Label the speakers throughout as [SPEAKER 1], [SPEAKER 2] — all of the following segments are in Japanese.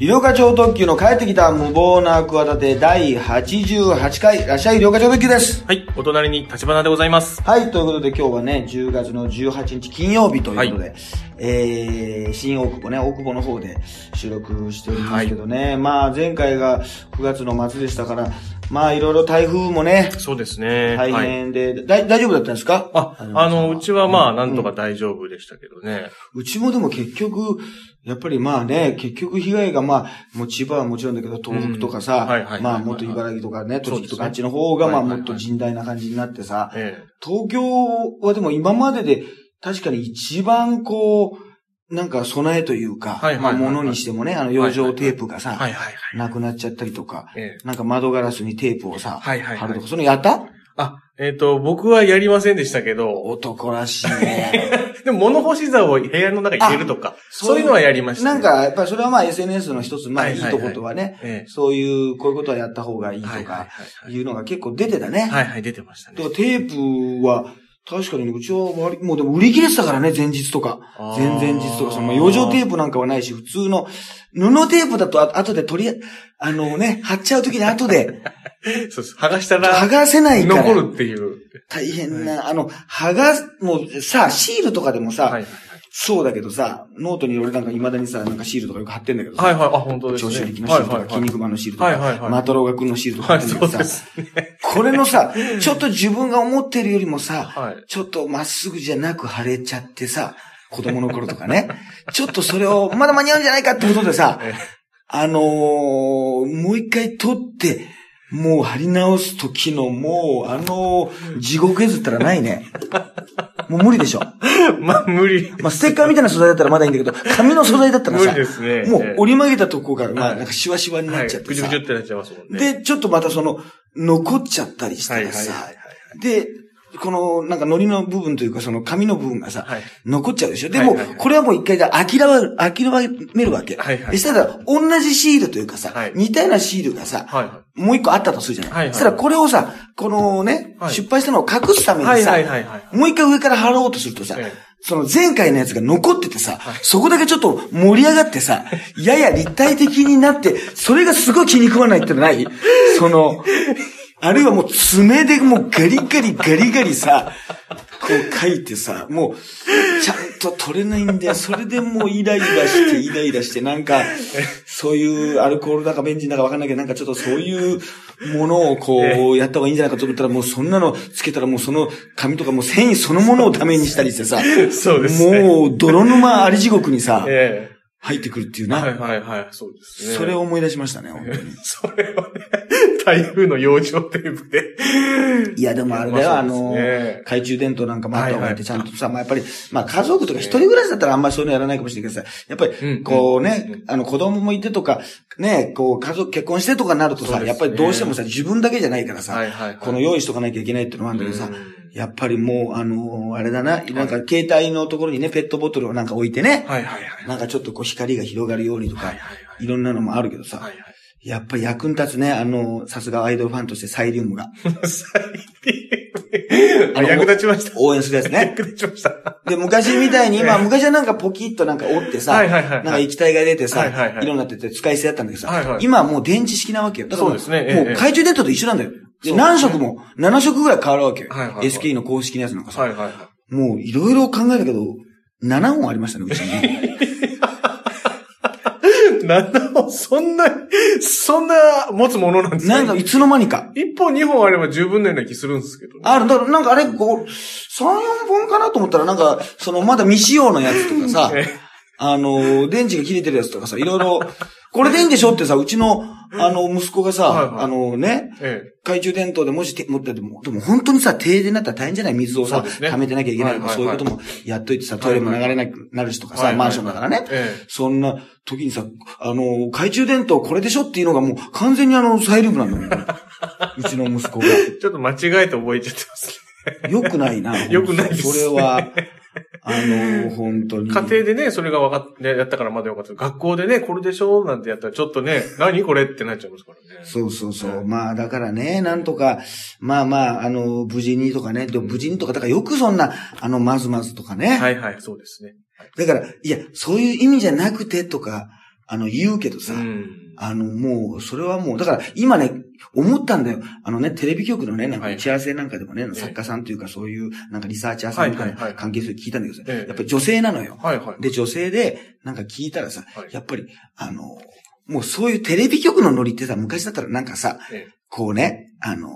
[SPEAKER 1] 医療課長特急の帰ってきた無謀な企て第88回、らっしゃい医療課長特急です。
[SPEAKER 2] はい、お隣に立花でございます。
[SPEAKER 1] はい、ということで今日はね、10月の18日金曜日ということで、えー、新大久保ね、大久保の方で収録しておりますけどね、まあ前回が9月の末でしたから、まあいろいろ台風もね、
[SPEAKER 2] そうですね。
[SPEAKER 1] 大
[SPEAKER 2] はい。
[SPEAKER 1] 変で、だい大丈夫だったんですか
[SPEAKER 2] あ、あの、うちはまあ、なんとか大丈夫でしたけどね。
[SPEAKER 1] うちもでも結局、やっぱりまあね、結局被害がまあ、もう千葉はもちろんだけど、東北とか
[SPEAKER 2] うんはいはいはい
[SPEAKER 1] さ
[SPEAKER 2] は、い
[SPEAKER 1] まあもっと茨城とかね、
[SPEAKER 2] そ
[SPEAKER 1] 栃
[SPEAKER 2] う
[SPEAKER 1] 木
[SPEAKER 2] で
[SPEAKER 1] と
[SPEAKER 2] すね
[SPEAKER 1] かあっちの方がまあ
[SPEAKER 2] はい
[SPEAKER 1] も
[SPEAKER 2] はいはい
[SPEAKER 1] っと甚大な感じになってさ、
[SPEAKER 2] え
[SPEAKER 1] 東京はでも今までで確かに一番こう、なんか備えというか、
[SPEAKER 2] はいはいはいはい
[SPEAKER 1] まあものにしてもね、あの養生テープが
[SPEAKER 2] え。は
[SPEAKER 1] さ、
[SPEAKER 2] いはいはい。
[SPEAKER 1] なくなっちゃったりとか、
[SPEAKER 2] ええ。
[SPEAKER 1] なんか窓ガラスにテープをさ、
[SPEAKER 2] はいはい
[SPEAKER 1] 貼
[SPEAKER 2] は
[SPEAKER 1] ると
[SPEAKER 2] い
[SPEAKER 1] か、。そのやった
[SPEAKER 2] あ、えっと、僕はやりませんでしたけど、
[SPEAKER 1] 男らしいね。
[SPEAKER 2] でも物干し竿を部屋の中に入れるとか、
[SPEAKER 1] そう
[SPEAKER 2] そういうのはやりました。
[SPEAKER 1] なん、か、やっぱりそれはまあ SNS の一つ、まあ
[SPEAKER 2] はい
[SPEAKER 1] い
[SPEAKER 2] はいいはい
[SPEAKER 1] とことはね、
[SPEAKER 2] え
[SPEAKER 1] そういう、こういうことはやった方がい
[SPEAKER 2] え。
[SPEAKER 1] いと
[SPEAKER 2] はいはい
[SPEAKER 1] か、
[SPEAKER 2] はい
[SPEAKER 1] いうのが結構出てたね。
[SPEAKER 2] はい。はいはい、出てましたね
[SPEAKER 1] でも。テープは、確かにねうちは割り、もうでも売り切れてたからね、前日とか。
[SPEAKER 2] あ
[SPEAKER 1] 前
[SPEAKER 2] ー
[SPEAKER 1] 々日とか、その、余剰テープなんかはないし、普通の、布テープだとあ、後で取り、あのね、貼っちゃうときに後 で、
[SPEAKER 2] そうです。剥がしたら、
[SPEAKER 1] 剥がせないから。
[SPEAKER 2] 残るっていう。
[SPEAKER 1] 大変な、あの、剥がす、もうさ、シールとかでもさ、
[SPEAKER 2] はいはい
[SPEAKER 1] そうだけどさ、ノートに俺なんか未だにさ、なんかシールとかよく貼ってんだけどさ
[SPEAKER 2] はい。はいはい、あ、本当です
[SPEAKER 1] 長
[SPEAKER 2] ね。
[SPEAKER 1] 州力のシールとか、
[SPEAKER 2] はいはいはい
[SPEAKER 1] 筋肉マンのシールとか、
[SPEAKER 2] はいはいはい
[SPEAKER 1] マトロガ君のシールとか
[SPEAKER 2] は
[SPEAKER 1] あ
[SPEAKER 2] い、
[SPEAKER 1] るんだ
[SPEAKER 2] そ
[SPEAKER 1] けど
[SPEAKER 2] う
[SPEAKER 1] さ、
[SPEAKER 2] です。
[SPEAKER 1] これのさ、ちょっと自分が思ってるよりもさ、
[SPEAKER 2] はい
[SPEAKER 1] ちょっとまっすぐじゃなく腫れちゃってさ、子供の頃とか ね、ちょっとそれをまだ間に合うんじゃないかってことでさ、
[SPEAKER 2] ええ
[SPEAKER 1] あのー、もう一回取って、もう貼り直す時のもう、あのー地獄削ったらないね。もう無理でしょ。
[SPEAKER 2] まあ、無理。
[SPEAKER 1] まあ、ステッカーみたいな素材だったらまだいいんだけど、紙の素材だったら
[SPEAKER 2] 無
[SPEAKER 1] さ
[SPEAKER 2] 理、ですね。
[SPEAKER 1] も
[SPEAKER 2] え
[SPEAKER 1] う
[SPEAKER 2] え
[SPEAKER 1] 折り曲げたとこが、ま
[SPEAKER 2] は
[SPEAKER 1] あ、
[SPEAKER 2] い
[SPEAKER 1] なんかシワシワになっちゃって
[SPEAKER 2] ぐじゅ
[SPEAKER 1] さ
[SPEAKER 2] ぐじゅ。ってなっちゃいますもんね。
[SPEAKER 1] で、ちょっとまたその、残っちゃったりし
[SPEAKER 2] は
[SPEAKER 1] た
[SPEAKER 2] いは
[SPEAKER 1] ら
[SPEAKER 2] いはいは
[SPEAKER 1] さ、で、この、なんか糊の部分というか、その紙の部分がさ、
[SPEAKER 2] はい
[SPEAKER 1] 残っちゃうでしょ。で
[SPEAKER 2] はい
[SPEAKER 1] も
[SPEAKER 2] はいはい、
[SPEAKER 1] これはもう一回で諦め、諦めるわけ。
[SPEAKER 2] はいはい
[SPEAKER 1] でしたら、同じシールというかさ、
[SPEAKER 2] はい
[SPEAKER 1] 似たようなシールがさ、
[SPEAKER 2] い。はいは
[SPEAKER 1] もう一個あったとするじゃない。
[SPEAKER 2] はいはい
[SPEAKER 1] そしたら、これをさ、このね、
[SPEAKER 2] はい
[SPEAKER 1] 失敗したのを隠すためにさ、
[SPEAKER 2] い。はいはいはい。
[SPEAKER 1] もう一回上から貼ろうとするとさ、
[SPEAKER 2] ええ
[SPEAKER 1] その前回のやつが残っててさ、そこだけちょっと盛り上がってさ、やや立体的になって、それがすごい気に食わないってのないその、あるいはもう爪でもうガリガリガリガリさ、こう書いてさ、もう、ちゃんと取れないんだよ。それでもうイライラして、イライラして、なんか、そういうアルコールだかベンジンだかわかんないけど、なんかちょっとそういうものをこう、やった方がいいんじゃないかと思ったら、もうそんなのつけたらもうその紙とかもう繊維そのものをダメにしたりしてさ、
[SPEAKER 2] そうですね。
[SPEAKER 1] もう泥沼あり地獄にさ、
[SPEAKER 2] え
[SPEAKER 1] 入ってくるっていう
[SPEAKER 2] え
[SPEAKER 1] な。
[SPEAKER 2] はいはいはい。そうですね。
[SPEAKER 1] それを。思い出しましたね、本当に。
[SPEAKER 2] それはね、 台風の養生テープで。
[SPEAKER 1] いや、でもあれだよ、
[SPEAKER 2] ま
[SPEAKER 1] あ
[SPEAKER 2] そうです
[SPEAKER 1] の
[SPEAKER 2] ね、
[SPEAKER 1] 懐中電灯なんかもあった方がいいって、ち
[SPEAKER 2] は
[SPEAKER 1] ゃ
[SPEAKER 2] い
[SPEAKER 1] ん
[SPEAKER 2] はい
[SPEAKER 1] とさ、まあやっぱり、まあ家族とか一人暮らしだったらあんまりそういうのやらないかもしれないけどさ、やっぱ
[SPEAKER 2] うんう
[SPEAKER 1] り、
[SPEAKER 2] ん
[SPEAKER 1] こうね、あの子供もいてとか、ね、こう家族結婚してとかなると
[SPEAKER 2] そう
[SPEAKER 1] さ、
[SPEAKER 2] ですね
[SPEAKER 1] やっぱりどうしてもさ、自分だけじゃないから
[SPEAKER 2] は
[SPEAKER 1] さ
[SPEAKER 2] いはいはい、
[SPEAKER 1] この用意しとかなきゃいけないってのもあるんだけどさ
[SPEAKER 2] うん、
[SPEAKER 1] やっぱりもう、あの、あれだな、なんか携帯のところにね、ペットボトルをなんか置いてね、
[SPEAKER 2] はいはいはい。
[SPEAKER 1] なんかちょっとこう光が広がるようにと
[SPEAKER 2] は
[SPEAKER 1] か
[SPEAKER 2] いはい、はい
[SPEAKER 1] いろんなのもあるけどさ、
[SPEAKER 2] はい
[SPEAKER 1] やっぱり役に立つね、あの、さすがアイドルファンとしてサイリウムが。
[SPEAKER 2] はい。最
[SPEAKER 1] あ
[SPEAKER 2] 近。
[SPEAKER 1] の
[SPEAKER 2] 役立ちました。
[SPEAKER 1] 応援するやつね。
[SPEAKER 2] 役立ちました。
[SPEAKER 1] で、昔みたいに、今、昔はなんかポキッとなんか折ってさ、
[SPEAKER 2] はいはいはいはい
[SPEAKER 1] なんか液体が出てさ、
[SPEAKER 2] はいはいはい
[SPEAKER 1] 色になってて使い捨てだったんだけどさ、
[SPEAKER 2] はいはい
[SPEAKER 1] 今はもう電池式なわけよ。だからもう
[SPEAKER 2] そうですねええ
[SPEAKER 1] もう懐中電灯と一緒なんだよ。で何色も、7色ぐらい変わるわけよ。
[SPEAKER 2] はいはいはい
[SPEAKER 1] SK の公式のやつなんかさ、
[SPEAKER 2] はいはいは
[SPEAKER 1] もういろいろ考えたけど、7本ありましたね、うちにね。
[SPEAKER 2] い。なんだろう、そんな、そんな持つものなんです
[SPEAKER 1] なんかいつの間にか。
[SPEAKER 2] 一本二本あれば十分のような気するんですけどね。、
[SPEAKER 1] ある、だからなんかあれ、こう、3、4本かなと思ったら、なんか、そのまだ未使用のやつとかさ
[SPEAKER 2] え
[SPEAKER 1] あの、電池が切れてるやつとかさ、いろいろ、これでいいんでしょってさ、うちの、あの、息子がさ、
[SPEAKER 2] はいはい
[SPEAKER 1] あのね、
[SPEAKER 2] ええ。
[SPEAKER 1] 懐中電灯でもして、持ってても、でも本当にさ、停電になったら大変じゃない水を
[SPEAKER 2] そ
[SPEAKER 1] さ、
[SPEAKER 2] うですね
[SPEAKER 1] 溜めてなきゃいけないとか、
[SPEAKER 2] はい
[SPEAKER 1] そ
[SPEAKER 2] は
[SPEAKER 1] う
[SPEAKER 2] い
[SPEAKER 1] い
[SPEAKER 2] は
[SPEAKER 1] うこ
[SPEAKER 2] い
[SPEAKER 1] ともやっといてさ、トイレも流れなくなるしとかさ、
[SPEAKER 2] はいはいはい
[SPEAKER 1] マンションだからね。
[SPEAKER 2] ええ
[SPEAKER 1] そんな時にさ、あの、懐中電灯これでしょっていうのがもう完全にあの、サイルブなのよ。うちの息子が。
[SPEAKER 2] ちょっと間違えて覚えちゃってますね。
[SPEAKER 1] よくない な。
[SPEAKER 2] 良くないですね
[SPEAKER 1] それは、あの、本当に。
[SPEAKER 2] 家庭でね、それが分かって、やったからまだよかったけど。学校でね、これでしょなんてやったら、ちょっ とね、何これってなっちゃいますからね。
[SPEAKER 1] そうそうそう。まあ、だからね、なんとか、まあまあ、あの、無事にとかね、でも無事にとか、だからよくそんな、あの、まずまずとかね。
[SPEAKER 2] はいはい、そうですね。
[SPEAKER 1] だから、いや、そういう意味じゃなくてとか、あの、言うけどさ、
[SPEAKER 2] うん。
[SPEAKER 1] あの、もう、それはもう、だから今ね、思ったんだよ。あのね、テレビ局のね、なんか
[SPEAKER 2] は
[SPEAKER 1] 打
[SPEAKER 2] い
[SPEAKER 1] ち合わせなんかでもね、
[SPEAKER 2] え
[SPEAKER 1] 作家さんというかそういう、なんかリサーチャーさんとか
[SPEAKER 2] はいはいはい
[SPEAKER 1] 関係する聞いたんだけどさ、
[SPEAKER 2] ええ
[SPEAKER 1] やっぱり女性なのよ。
[SPEAKER 2] はいはい。
[SPEAKER 1] で、女性で、なんか聞いたらさ、
[SPEAKER 2] はい
[SPEAKER 1] やっぱり、あの、もうそういうテレビ局のノリってさ、昔だったらなんかさ、
[SPEAKER 2] え
[SPEAKER 1] こうね、あの、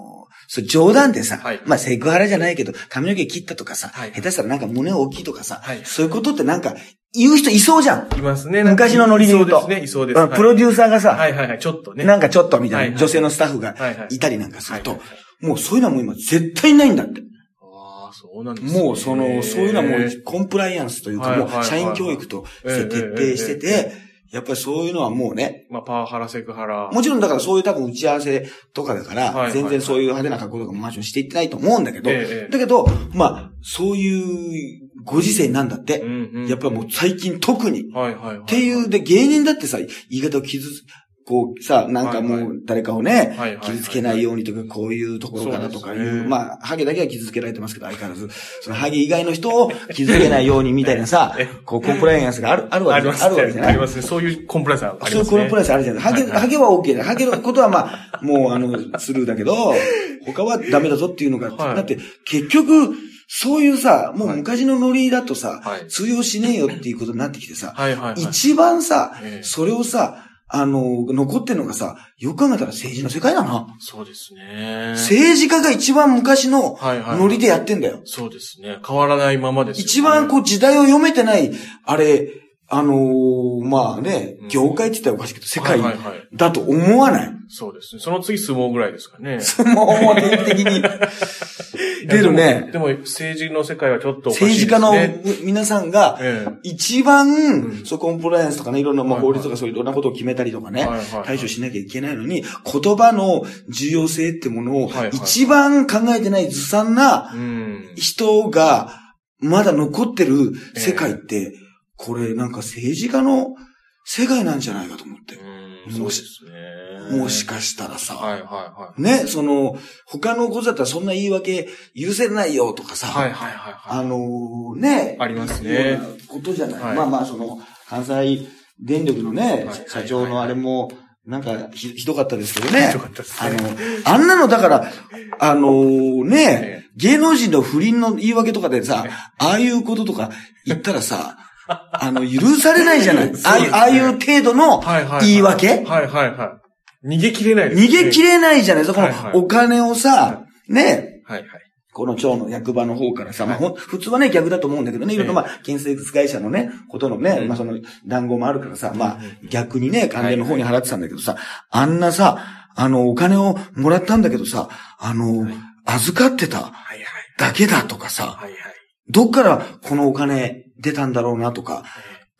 [SPEAKER 1] そう冗談でさ、
[SPEAKER 2] はい
[SPEAKER 1] まあセクハラじゃないけど、髪の毛切ったとかさ、
[SPEAKER 2] はい
[SPEAKER 1] 下手したらなんか胸大きいとかさ、
[SPEAKER 2] はい
[SPEAKER 1] そういうことってなんか言う人いそうじゃん。
[SPEAKER 2] えいますね。
[SPEAKER 1] 昔のノリで言うと
[SPEAKER 2] そうですね、いそうです。
[SPEAKER 1] うん
[SPEAKER 2] はい
[SPEAKER 1] プロデューサーがさ、
[SPEAKER 2] はいはいはい、ちょっとね。
[SPEAKER 1] なんかちょっとみたいな、
[SPEAKER 2] はいはい
[SPEAKER 1] 女性のスタッフが
[SPEAKER 2] はいはい。
[SPEAKER 1] いたりなんかすると、
[SPEAKER 2] はいはいはい
[SPEAKER 1] もうそういうのはもう今絶対ないんだって。
[SPEAKER 2] ああ、そうなんですね
[SPEAKER 1] もうその、そういうのはも
[SPEAKER 2] え
[SPEAKER 1] うコンプライアンスという
[SPEAKER 2] は
[SPEAKER 1] か、
[SPEAKER 2] いは
[SPEAKER 1] も
[SPEAKER 2] いは
[SPEAKER 1] う
[SPEAKER 2] いはい
[SPEAKER 1] 社員教育とし
[SPEAKER 2] え
[SPEAKER 1] て
[SPEAKER 2] え
[SPEAKER 1] 徹底して
[SPEAKER 2] ええ
[SPEAKER 1] て、やっぱりそういうのはもうね、
[SPEAKER 2] まあ、パワハラ、セクハラ。
[SPEAKER 1] もちろんだからそういう多分打ち合わせとかだか
[SPEAKER 2] はいはい
[SPEAKER 1] ら、
[SPEAKER 2] はい
[SPEAKER 1] 全然そういう派手な格好とかもマンションしていってないと思うんだけど、
[SPEAKER 2] ええええ
[SPEAKER 1] だけど、まあ、そういうご時世なんだっ
[SPEAKER 2] う
[SPEAKER 1] て、
[SPEAKER 2] んうん。
[SPEAKER 1] やっぱりもう最近特に、
[SPEAKER 2] う、はいはいはい。っ
[SPEAKER 1] っていう、、で、芸人だってさ、言い方を傷つ、こう、さ、なんか
[SPEAKER 2] はい
[SPEAKER 1] も
[SPEAKER 2] は
[SPEAKER 1] う、誰かをね
[SPEAKER 2] はいはい、はい
[SPEAKER 1] 傷つけないようにとか、こういうところからとかい
[SPEAKER 2] そうです
[SPEAKER 1] う、
[SPEAKER 2] ね
[SPEAKER 1] まあ、ハゲだけは傷つけられてますけど、相変わらず、そのハゲ以外の人を傷つけないようにみたいなさ
[SPEAKER 2] え、
[SPEAKER 1] こう、コンプライアンスがある、あるわ
[SPEAKER 2] あ
[SPEAKER 1] け
[SPEAKER 2] り
[SPEAKER 1] じゃな
[SPEAKER 2] ま
[SPEAKER 1] いあ
[SPEAKER 2] すね。
[SPEAKER 1] るわけじゃな
[SPEAKER 2] あり
[SPEAKER 1] い
[SPEAKER 2] ますね。そういうコンプライアンスあ
[SPEAKER 1] そ
[SPEAKER 2] り
[SPEAKER 1] うい
[SPEAKER 2] ま
[SPEAKER 1] う
[SPEAKER 2] すね。
[SPEAKER 1] コンプライアンスあるじゃないハゲ、ハゲは OK だ。ハゲのことはまあ、もうあの、スルーだけど、他はダメだぞっていうのが、
[SPEAKER 2] はい
[SPEAKER 1] だって、結局、そういうさ、もう昔のノリだとさ
[SPEAKER 2] はい、
[SPEAKER 1] 通用しねえよっていうことになってきてさ、
[SPEAKER 2] はいはいはい。
[SPEAKER 1] 一番さ
[SPEAKER 2] え、え
[SPEAKER 1] それをさ、あの、残ってんのがさ、よく考えたら政治の世界だな。
[SPEAKER 2] そうですね。
[SPEAKER 1] 政治家が一番昔の
[SPEAKER 2] はいはい
[SPEAKER 1] ノリでやってんだよ。
[SPEAKER 2] そうですね。変わらないままですよね。
[SPEAKER 1] 一番こう時代を読めてない、あれ、あのーまあね
[SPEAKER 2] うん、
[SPEAKER 1] 業界って言ったらおかしいけど、世界
[SPEAKER 2] はいはいはい。
[SPEAKER 1] だと思わない。
[SPEAKER 2] そうですね。その次相撲ぐらいですかね。
[SPEAKER 1] 相撲 も定期的に出る
[SPEAKER 2] いや
[SPEAKER 1] ね。
[SPEAKER 2] でも、でも政治の世界はちょっとおかしいで
[SPEAKER 1] 政
[SPEAKER 2] す
[SPEAKER 1] 治家
[SPEAKER 2] ね。
[SPEAKER 1] の皆さんが、
[SPEAKER 2] ええ
[SPEAKER 1] 一番、
[SPEAKER 2] ん
[SPEAKER 1] そう、コンプライアンスとかね、いろんな、まあ、
[SPEAKER 2] はいは
[SPEAKER 1] 法
[SPEAKER 2] い
[SPEAKER 1] 律とかそういういろんなことを決めたりとかね
[SPEAKER 2] はいはいはい、
[SPEAKER 1] 対処しなきゃいけないのに、言葉の重要性ってものを
[SPEAKER 2] はいはい、
[SPEAKER 1] 一番考えてないずさんな
[SPEAKER 2] うん。
[SPEAKER 1] 人が、まだ残ってる世界って、これなんか政治家の世界なんじゃないかと思って。
[SPEAKER 2] うんそうですね。
[SPEAKER 1] もしかしたらさ、
[SPEAKER 2] はいはいはい。
[SPEAKER 1] ね、その、他のことだったらそんな言い訳許せないよとかさ、
[SPEAKER 2] はいはいはいはい。
[SPEAKER 1] あのーね、
[SPEAKER 2] ありますね
[SPEAKER 1] ようなことじゃない。
[SPEAKER 2] はい
[SPEAKER 1] まあまあ、その、関西電力のね、
[SPEAKER 2] はい
[SPEAKER 1] 社長のあれも、なんかひ、ひどかったですけどね。
[SPEAKER 2] ひどかったです
[SPEAKER 1] あ
[SPEAKER 2] ね
[SPEAKER 1] の、あんなのだから、あのー
[SPEAKER 2] え
[SPEAKER 1] ね、芸能人の不倫の言い訳とかでさ
[SPEAKER 2] ええ、
[SPEAKER 1] ああいうこととか言ったらさ、 あの、許されないじゃない。ああいう、
[SPEAKER 2] そうですね
[SPEAKER 1] ああいう程度の
[SPEAKER 2] はいはいはい
[SPEAKER 1] 言い訳
[SPEAKER 2] はいはいはい。逃げ切れないですね。
[SPEAKER 1] 逃げ切
[SPEAKER 2] れ
[SPEAKER 1] れないじゃないですか。
[SPEAKER 2] はいはい
[SPEAKER 1] このお金をさ
[SPEAKER 2] は、
[SPEAKER 1] ね、
[SPEAKER 2] はいはい。
[SPEAKER 1] この町の役場の方からさ、まあ、
[SPEAKER 2] は
[SPEAKER 1] ほん普通はね、逆だと思うんだけどね、いろんな、
[SPEAKER 2] ええ
[SPEAKER 1] まあ、建設会社のね、ことのね、
[SPEAKER 2] うん
[SPEAKER 1] まあ、その、談合もあるからさ、まあ
[SPEAKER 2] うんうん、
[SPEAKER 1] 逆にね、関連の方に払ってたんだけどさ、あんなさ、あの、お金をもらったんだけどさ、あの
[SPEAKER 2] はい、
[SPEAKER 1] 預かってた
[SPEAKER 2] はい
[SPEAKER 1] だけだとかさ、
[SPEAKER 2] はい。はいはい。
[SPEAKER 1] どっからこのお金出たんだろうなとか、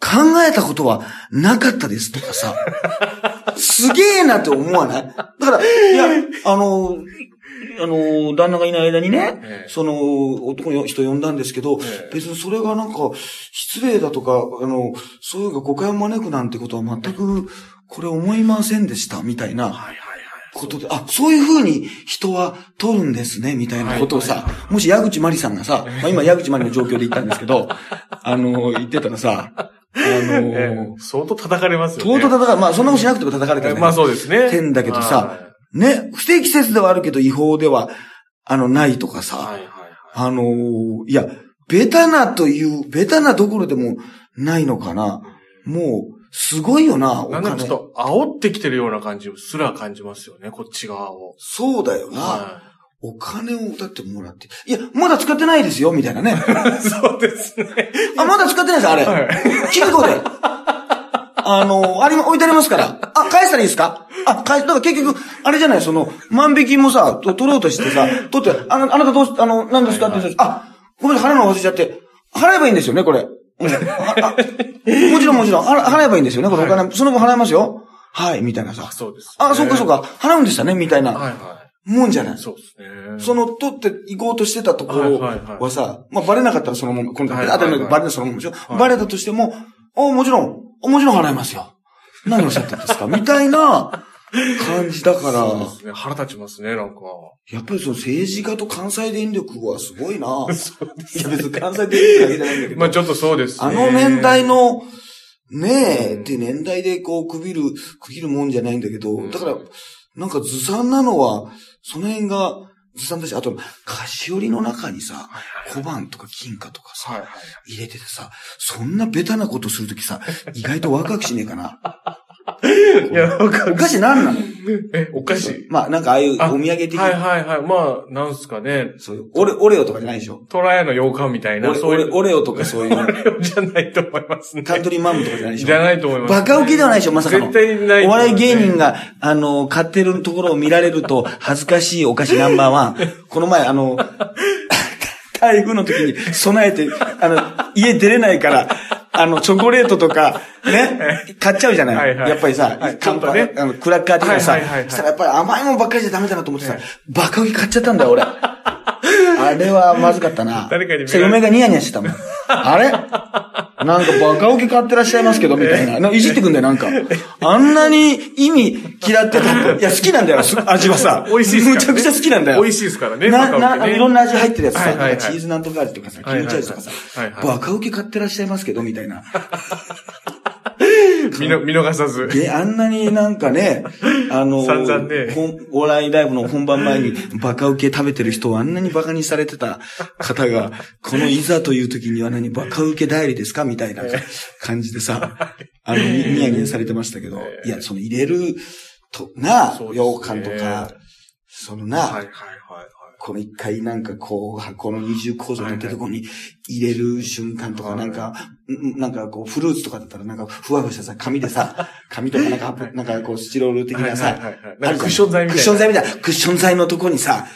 [SPEAKER 1] 考えたことはなかったですとか さ、すげえなって思わないだから、いや、あの、あの、旦那がいない間にね、
[SPEAKER 2] ええ
[SPEAKER 1] その、男の人呼んだんですけど、
[SPEAKER 2] ええ
[SPEAKER 1] 別にそれがなんか、失礼だとか、あの、そういうか誤解を招くなんてことは全く、これ思いませんでした、みたいな
[SPEAKER 2] はいはいはい。
[SPEAKER 1] ことで、あ、そういうふうに人は取るんですね、みたいなことを
[SPEAKER 2] はい
[SPEAKER 1] さ
[SPEAKER 2] は、
[SPEAKER 1] もし矢口まりさんがさ、まあ今矢口まりの状況で言ったんですけ ど、あの、言ってたらさ、あ
[SPEAKER 2] え
[SPEAKER 1] の
[SPEAKER 2] え、 相当叩かれますよ
[SPEAKER 1] と
[SPEAKER 2] ね。
[SPEAKER 1] うとう叩か、まあそんなことしなくても叩かれた
[SPEAKER 2] え
[SPEAKER 1] よ
[SPEAKER 2] え
[SPEAKER 1] ね
[SPEAKER 2] まあそうですね。
[SPEAKER 1] 点だけどさね、不適切ではあるけど違法では、あの、ないとかさ、
[SPEAKER 2] はい。はいはいはい。
[SPEAKER 1] あのーいや、ベタなという、ベタなどころでもないのかな。もう、すごいよな、お
[SPEAKER 2] なんかちょっ
[SPEAKER 1] 金。
[SPEAKER 2] と煽ってきてるような感じすら感じますよね、こっち側を。
[SPEAKER 1] そうだよな。
[SPEAKER 2] は
[SPEAKER 1] お金をだってもらって。いや、まだ使ってないですよ、みたいなね。
[SPEAKER 2] い。 そうですね。
[SPEAKER 1] あ、まだ使ってないです、あれ。
[SPEAKER 2] はい。
[SPEAKER 1] 金庫で。あのーありま、置いてありますから。あ、返したらいいですかあ、返す。だから結局、あれじゃない、その、万引きもさ、と取ろうとしてさ、取って、あの、あなたどうし、あの、何ですかって言って、あ、ごめんなさい、払うの忘れちゃって。払えばいいんですよね、これ。うんああもちろんもちろん、払払えばいいんですよね、これお金、その分払いますよ。はい、みたいなさ
[SPEAKER 2] あ、。そうですね。
[SPEAKER 1] あ、そうかそうか、払うんでしたね、みたい
[SPEAKER 2] は
[SPEAKER 1] な、
[SPEAKER 2] いは
[SPEAKER 1] もんじゃない
[SPEAKER 2] い。。そうですね。
[SPEAKER 1] その、取って行こうとしてたところ
[SPEAKER 2] はいはいはい
[SPEAKER 1] はさ、まあ、バレなかったらそのまま、今度、
[SPEAKER 2] はいは
[SPEAKER 1] あ
[SPEAKER 2] いはい
[SPEAKER 1] とでバレなそのままでしょ、
[SPEAKER 2] い
[SPEAKER 1] バレたとしても、おもちろん、おもちろん払いますよ。何をおっしゃってるんですかみたいな感じだから、
[SPEAKER 2] そうですね。腹立ちますね、なんか。
[SPEAKER 1] やっぱりその政治家と関西電力はすごいな。
[SPEAKER 2] そう
[SPEAKER 1] いや別に関西電力だけじゃないんだけど、
[SPEAKER 2] まあちょっとそうですね。
[SPEAKER 1] あの年代の、ねえ、
[SPEAKER 2] うん
[SPEAKER 1] って年代でこう区切る、区切るもんじゃないんだけど、だから
[SPEAKER 2] うん、
[SPEAKER 1] なんかずさんなのは、その辺がずさんだし、あと、菓子折りの中にさ、小判とか金貨とかさ、
[SPEAKER 2] はいはい。
[SPEAKER 1] 入れててさ、そんなベタなことするときさ、意外とワクワクしねえかな。
[SPEAKER 2] いや、なんか
[SPEAKER 1] お、菓子なんなの
[SPEAKER 2] え、お菓子。
[SPEAKER 1] まあ、なんかああいうお
[SPEAKER 2] あ
[SPEAKER 1] 土産的
[SPEAKER 2] はい
[SPEAKER 1] な、
[SPEAKER 2] はいはい。まあ、なんすかね。
[SPEAKER 1] そういう、オレ、オレオとかじゃないでしょ。
[SPEAKER 2] トラヤの洋館みたい
[SPEAKER 1] オ
[SPEAKER 2] な、
[SPEAKER 1] レ
[SPEAKER 2] そう
[SPEAKER 1] オ
[SPEAKER 2] い
[SPEAKER 1] レ
[SPEAKER 2] う。
[SPEAKER 1] オレオとかそうい
[SPEAKER 2] オ
[SPEAKER 1] う、
[SPEAKER 2] レオじゃないと思いますね。
[SPEAKER 1] カントリーマームとかじゃないでしょ。
[SPEAKER 2] じゃないと思います。
[SPEAKER 1] バカ受けではないでしょ、まさかの。
[SPEAKER 2] 絶対にない。
[SPEAKER 1] お笑い芸人。が、あの、買ってるところを見られると、恥ずかしいお菓子ナンバーワン。この前、あの、 台風の時に備えて、あの、家出れないから、あの、チョコレートとか、ね、買っちゃうじゃない。
[SPEAKER 2] はいはい
[SPEAKER 1] やっぱりさ、
[SPEAKER 2] はい
[SPEAKER 1] カンパ
[SPEAKER 2] ちょっとね
[SPEAKER 1] あの、クラッカー的なさ、
[SPEAKER 2] はいはいはいはい
[SPEAKER 1] そしたらやっぱり甘いもんばっかりじゃダメだなと思ってさ、
[SPEAKER 2] ええ
[SPEAKER 1] バカ売り買っちゃったんだよ、俺。あれはまずかったな。
[SPEAKER 2] 誰かに見られる
[SPEAKER 1] そしたら嫁がニヤニヤしてたもん。あれなんかバカオケ買ってらっしゃいますけど、みたいな。ないじってくんだよ、なんか。あんなに意味嫌ってたって。い や、好きなんだよ、す 味はさ。
[SPEAKER 2] 美味しいっすからね
[SPEAKER 1] むちゃくちゃ好きなんだよ。
[SPEAKER 2] 美味しいっすからね
[SPEAKER 1] な、
[SPEAKER 2] バカオケ
[SPEAKER 1] な、
[SPEAKER 2] ね
[SPEAKER 1] いろんな味入ってるやつ
[SPEAKER 2] は
[SPEAKER 1] さ。
[SPEAKER 2] いはい
[SPEAKER 1] な
[SPEAKER 2] はい
[SPEAKER 1] んかチーズなんとか味とかさ、キ
[SPEAKER 2] はいはい
[SPEAKER 1] ムチ味とかさ
[SPEAKER 2] はい。はい
[SPEAKER 1] バカオケ買ってらっしゃいますけど、みたいな。
[SPEAKER 2] 見の見逃さず。
[SPEAKER 1] で、あんなになんか ね、あの、
[SPEAKER 2] 散々ね
[SPEAKER 1] 本お笑いライブの本番前にバカ受け食べてる人をあんなにバカにされてた方 が、このいざという時には何バカ受け代理ですかみたいな感じで さ、あの、ニニヤニヤされてましたけど、いや、その入れると、な、
[SPEAKER 2] そうですね
[SPEAKER 1] 羊羹とか、そのな、
[SPEAKER 2] はいはいはいはい。
[SPEAKER 1] この一回なんかこう、箱の二重構造のってとこに入れる瞬間とか、
[SPEAKER 2] はい
[SPEAKER 1] な
[SPEAKER 2] はい
[SPEAKER 1] んか、んなんかこう、フルーツとかだったらなんか、ふわふわしたさ、紙でさ、紙とかなんか、なんかこう、スチロール的な
[SPEAKER 2] はい
[SPEAKER 1] さ
[SPEAKER 2] はいはいは
[SPEAKER 1] あ
[SPEAKER 2] い、
[SPEAKER 1] るじゃ
[SPEAKER 2] なんかクッション材み
[SPEAKER 1] ク
[SPEAKER 2] たいな
[SPEAKER 1] ッション材みたいな。クッション材のとこにさ、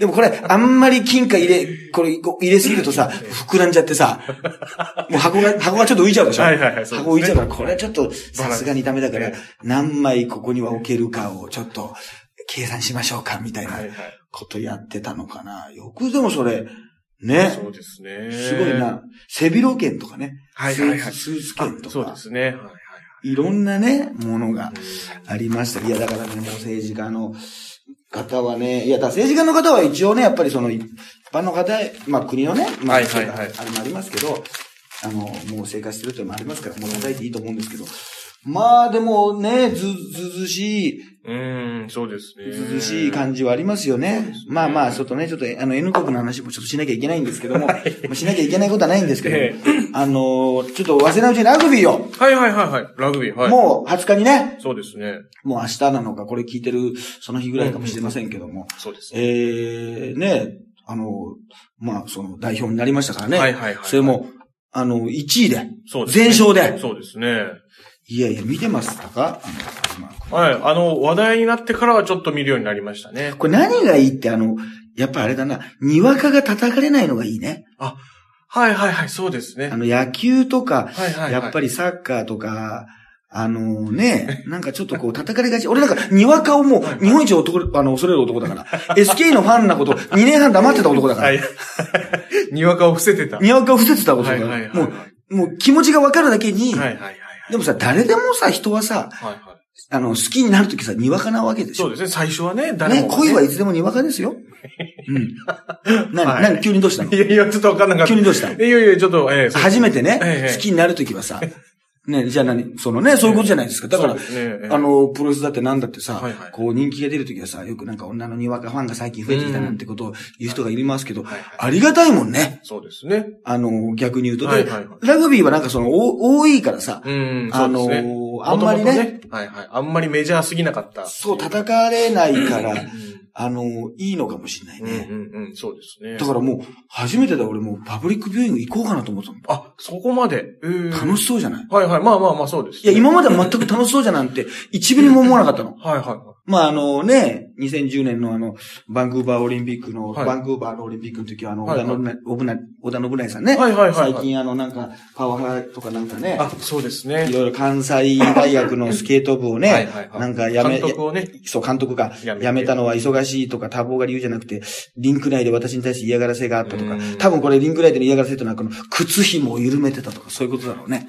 [SPEAKER 1] でもこれ、あんまり金貨入れ、これ、こう入れすぎるとさ、膨らんじゃってさ、もう箱が、箱がちょっと浮いちゃうでしょ
[SPEAKER 2] はいはいはいそう
[SPEAKER 1] 箱浮
[SPEAKER 2] ですね
[SPEAKER 1] いちゃうから、これはちょっと、
[SPEAKER 2] バラ
[SPEAKER 1] さ
[SPEAKER 2] ンス
[SPEAKER 1] すがにダメだから
[SPEAKER 2] ええ、
[SPEAKER 1] 何枚ここには置けるかをちょっと、計算しましょうか、みたいな
[SPEAKER 2] はいはい。
[SPEAKER 1] ことやってたのかな。よくでもそれ、ね。
[SPEAKER 2] そうですね。
[SPEAKER 1] すごいな。。背広券とかね。
[SPEAKER 2] はいはいはい
[SPEAKER 1] スーツスーツ券
[SPEAKER 2] あそ
[SPEAKER 1] と
[SPEAKER 2] うで
[SPEAKER 1] か。
[SPEAKER 2] すね。はいはいはい
[SPEAKER 1] ろんなね、ものが
[SPEAKER 2] いうん。
[SPEAKER 1] ありました。いや、だからね、もう政治家の方はね、いや、だから政治家の方は一応ね、やっぱりその一般の方、まあ国のね、まあ、
[SPEAKER 2] はいはいはい
[SPEAKER 1] あれもありますけど、あの、もう生活してるというのもありますから、もう叩いていいと思うんですけど。まあでもね、ず、ずずしい、
[SPEAKER 2] うーん、そうですね。
[SPEAKER 1] 涼しい感じはありますよね。まあまあ、ちょっとね、ちょっと、あの、N 国の話もちょっとしなきゃいけないんですけども、まあしなきゃいけないことはないんですけど、
[SPEAKER 2] え
[SPEAKER 1] あのーちょっと忘れないうちにラグビーを、
[SPEAKER 2] はいはいはいはい。ラグビー、はい。
[SPEAKER 1] もう20日にね、
[SPEAKER 2] そうですね。
[SPEAKER 1] もう明日なのか、これ聞いてるその日ぐらいかもしれませんけども、
[SPEAKER 2] そうですね。
[SPEAKER 1] えー、ね、あのーまあ、その代表になりましたからね、
[SPEAKER 2] はいはいはいはい
[SPEAKER 1] それも、あの、1位で、
[SPEAKER 2] そうですね。
[SPEAKER 1] 全勝で、
[SPEAKER 2] そうですね。
[SPEAKER 1] いやいや、見てましたかあの今
[SPEAKER 2] はい。あの、話題になってからはちょっと見るようになりましたね。
[SPEAKER 1] これ何がいいって、あの、やっぱあれだな、にわかが叩かれないのがいいね。
[SPEAKER 2] はいはいはい、そうですね。
[SPEAKER 1] あの、野球とか、
[SPEAKER 2] はいはいはい。
[SPEAKER 1] やっぱりサッカーとか、あの ね、なんかちょっとこう叩かれがち。俺なんか、にわかをも
[SPEAKER 2] はいは
[SPEAKER 1] う、
[SPEAKER 2] い
[SPEAKER 1] 日本一男、あの、恐れる男だから。SK のファンなこと、2年半黙ってた男だか
[SPEAKER 2] は
[SPEAKER 1] ら。
[SPEAKER 2] い。 にわかを伏せてた。は
[SPEAKER 1] に
[SPEAKER 2] い
[SPEAKER 1] わかを伏せてた男だ
[SPEAKER 2] はい
[SPEAKER 1] か
[SPEAKER 2] はい
[SPEAKER 1] ら。
[SPEAKER 2] はい。
[SPEAKER 1] も
[SPEAKER 2] は
[SPEAKER 1] う、もう気持ちがわかるだけに
[SPEAKER 2] い、はいはい。
[SPEAKER 1] でもさ、誰でもさ、人はさ、
[SPEAKER 2] はいは
[SPEAKER 1] あの、好きになるときさ、にわかなわけで
[SPEAKER 2] い。
[SPEAKER 1] し
[SPEAKER 2] そう
[SPEAKER 1] ょ。
[SPEAKER 2] ですね。最初はね、誰
[SPEAKER 1] ね、
[SPEAKER 2] もがね。
[SPEAKER 1] 恋はいつでもにわかです よ。うん。な、
[SPEAKER 2] はい
[SPEAKER 1] な、急にどうしたの
[SPEAKER 2] いやいや、ちょっとわかんなかった。
[SPEAKER 1] 急にどうしたの
[SPEAKER 2] いやいや、ちょっと、ええそう
[SPEAKER 1] 初めてね、
[SPEAKER 2] ええ
[SPEAKER 1] 好きになるときはさ、ね、じゃあ何そのね、そういうことじゃないですか。だから、
[SPEAKER 2] そうですねええ
[SPEAKER 1] あの、プロレスだってなんだってさ、
[SPEAKER 2] はいはい
[SPEAKER 1] こう人気が出るときはさ、よくなんか女のにわかファンが最近増えてきたなんてことを言う人がいますけど、
[SPEAKER 2] はいはい
[SPEAKER 1] ありがたいもんね。
[SPEAKER 2] そうですね。
[SPEAKER 1] あの、逆に言うと。で
[SPEAKER 2] はいはいはい
[SPEAKER 1] ラグビーはなんかその、お多いからさ、
[SPEAKER 2] うん、
[SPEAKER 1] あ
[SPEAKER 2] そうで
[SPEAKER 1] の
[SPEAKER 2] すね。
[SPEAKER 1] あんまりね
[SPEAKER 2] 元々。はいはい。あんまりメジャーすぎなかった。
[SPEAKER 1] そう、叩かれないから、あの、いいのかもしれない
[SPEAKER 2] うん
[SPEAKER 1] ね。
[SPEAKER 2] うんうん、そうですね。
[SPEAKER 1] だからもう、初めてだ俺もうパブリックビューイング行こうかなと思ったの。
[SPEAKER 2] あ、そこまで。えー
[SPEAKER 1] 楽しそうじゃない
[SPEAKER 2] はいはい。まあまあまあ、そうです
[SPEAKER 1] いや、
[SPEAKER 2] ね。
[SPEAKER 1] 今まで全く楽しそうじゃなんて、一ミリも思わなかったの。
[SPEAKER 2] はいはいは
[SPEAKER 1] まあ、あのね、2010年のあの、バンクーバーオリンピックの、
[SPEAKER 2] はい
[SPEAKER 1] バンクーバーのオリンピックの時は、あの、
[SPEAKER 2] はいはい
[SPEAKER 1] 織田信成、織田信成さんね。
[SPEAKER 2] はいはいはいはい
[SPEAKER 1] 最近あの、なんか、パワハラとかなんかね
[SPEAKER 2] い。、あ、そうですね
[SPEAKER 1] い。ろいろ関西大学のスケート部をね、
[SPEAKER 2] はいはいはい
[SPEAKER 1] なんかやめ、
[SPEAKER 2] 監督をね
[SPEAKER 1] やそう、監督が、
[SPEAKER 2] や
[SPEAKER 1] や
[SPEAKER 2] め
[SPEAKER 1] め
[SPEAKER 2] て
[SPEAKER 1] たのは忙しいとか、多忙が理由じゃなくて、リンク内で私に対して嫌がらせがあったと
[SPEAKER 2] う
[SPEAKER 1] か
[SPEAKER 2] ん、
[SPEAKER 1] 多分これリンク内での嫌がらせというのは、この靴紐を緩めてたとか、そういうことだろう ね。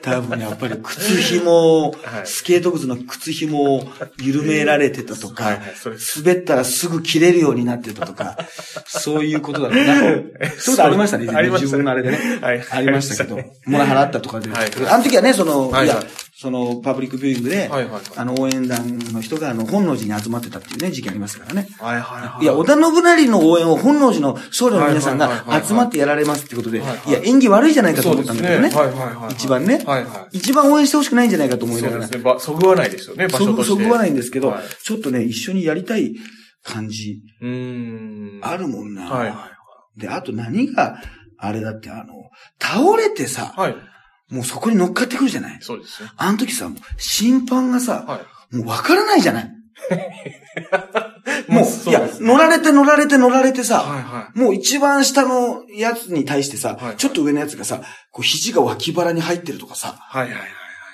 [SPEAKER 1] 多分やっぱり靴紐を
[SPEAKER 2] は、い
[SPEAKER 1] スケート靴の靴紐を緩められてたと
[SPEAKER 2] はい
[SPEAKER 1] か
[SPEAKER 2] はい、それです
[SPEAKER 1] 滑ったらすぐ切れるようになってたとか、そういうことだろう な。そういうことありましたね、
[SPEAKER 2] ありまし
[SPEAKER 1] 自
[SPEAKER 2] たね
[SPEAKER 1] 分のあれでね。
[SPEAKER 2] はい
[SPEAKER 1] ありましたけど、もら払ったとかで。
[SPEAKER 2] はい
[SPEAKER 1] あの時はね、その、
[SPEAKER 2] はいい
[SPEAKER 1] や、その、パブリックビューイングで、
[SPEAKER 2] はいはいはい
[SPEAKER 1] あの、応援団の人が、あの、本能寺に集まってたっていうね、事件ありますからね。
[SPEAKER 2] はいはいはい。
[SPEAKER 1] いや、織田信成の応援を本能寺の僧侶の皆さん
[SPEAKER 2] はいはい
[SPEAKER 1] が
[SPEAKER 2] はいはい
[SPEAKER 1] 集まってやられますってことで、い
[SPEAKER 2] はいはい
[SPEAKER 1] や、演技悪いじゃないかと
[SPEAKER 2] そう
[SPEAKER 1] 思っ
[SPEAKER 2] で
[SPEAKER 1] た
[SPEAKER 2] す
[SPEAKER 1] んだ
[SPEAKER 2] ね。
[SPEAKER 1] けど
[SPEAKER 2] は
[SPEAKER 1] ね
[SPEAKER 2] い。はいはい。
[SPEAKER 1] 一番ね
[SPEAKER 2] はいはい。
[SPEAKER 1] 一番応援してほしくないんじゃないかと思いな
[SPEAKER 2] そ
[SPEAKER 1] が
[SPEAKER 2] う
[SPEAKER 1] ら
[SPEAKER 2] です。ね。ばそぐわないですよね、場所
[SPEAKER 1] そ
[SPEAKER 2] と
[SPEAKER 1] ぐ、
[SPEAKER 2] して。
[SPEAKER 1] そぐわないんですけど
[SPEAKER 2] はい、
[SPEAKER 1] ちょっとね、一緒にやりたい感じ、
[SPEAKER 2] うーん。
[SPEAKER 1] あるもんな。
[SPEAKER 2] はいは
[SPEAKER 1] で、あと何が、あれだって、あの、倒れてさ、
[SPEAKER 2] い。はい。
[SPEAKER 1] もうそこに乗っかってくるじゃない
[SPEAKER 2] そうですね。
[SPEAKER 1] あの時さ、もう審判がさ、
[SPEAKER 2] は
[SPEAKER 1] もうわからないじゃない
[SPEAKER 2] い。
[SPEAKER 1] もう、
[SPEAKER 2] そ
[SPEAKER 1] いうや
[SPEAKER 2] で、すね
[SPEAKER 1] 乗られて乗られて乗られてさ、
[SPEAKER 2] はいはい。
[SPEAKER 1] もう一番下のやつに対してさ、
[SPEAKER 2] はい
[SPEAKER 1] ちょっと上のやつがさ、こう肘が脇腹に入ってるとかさ、
[SPEAKER 2] はいはいはいは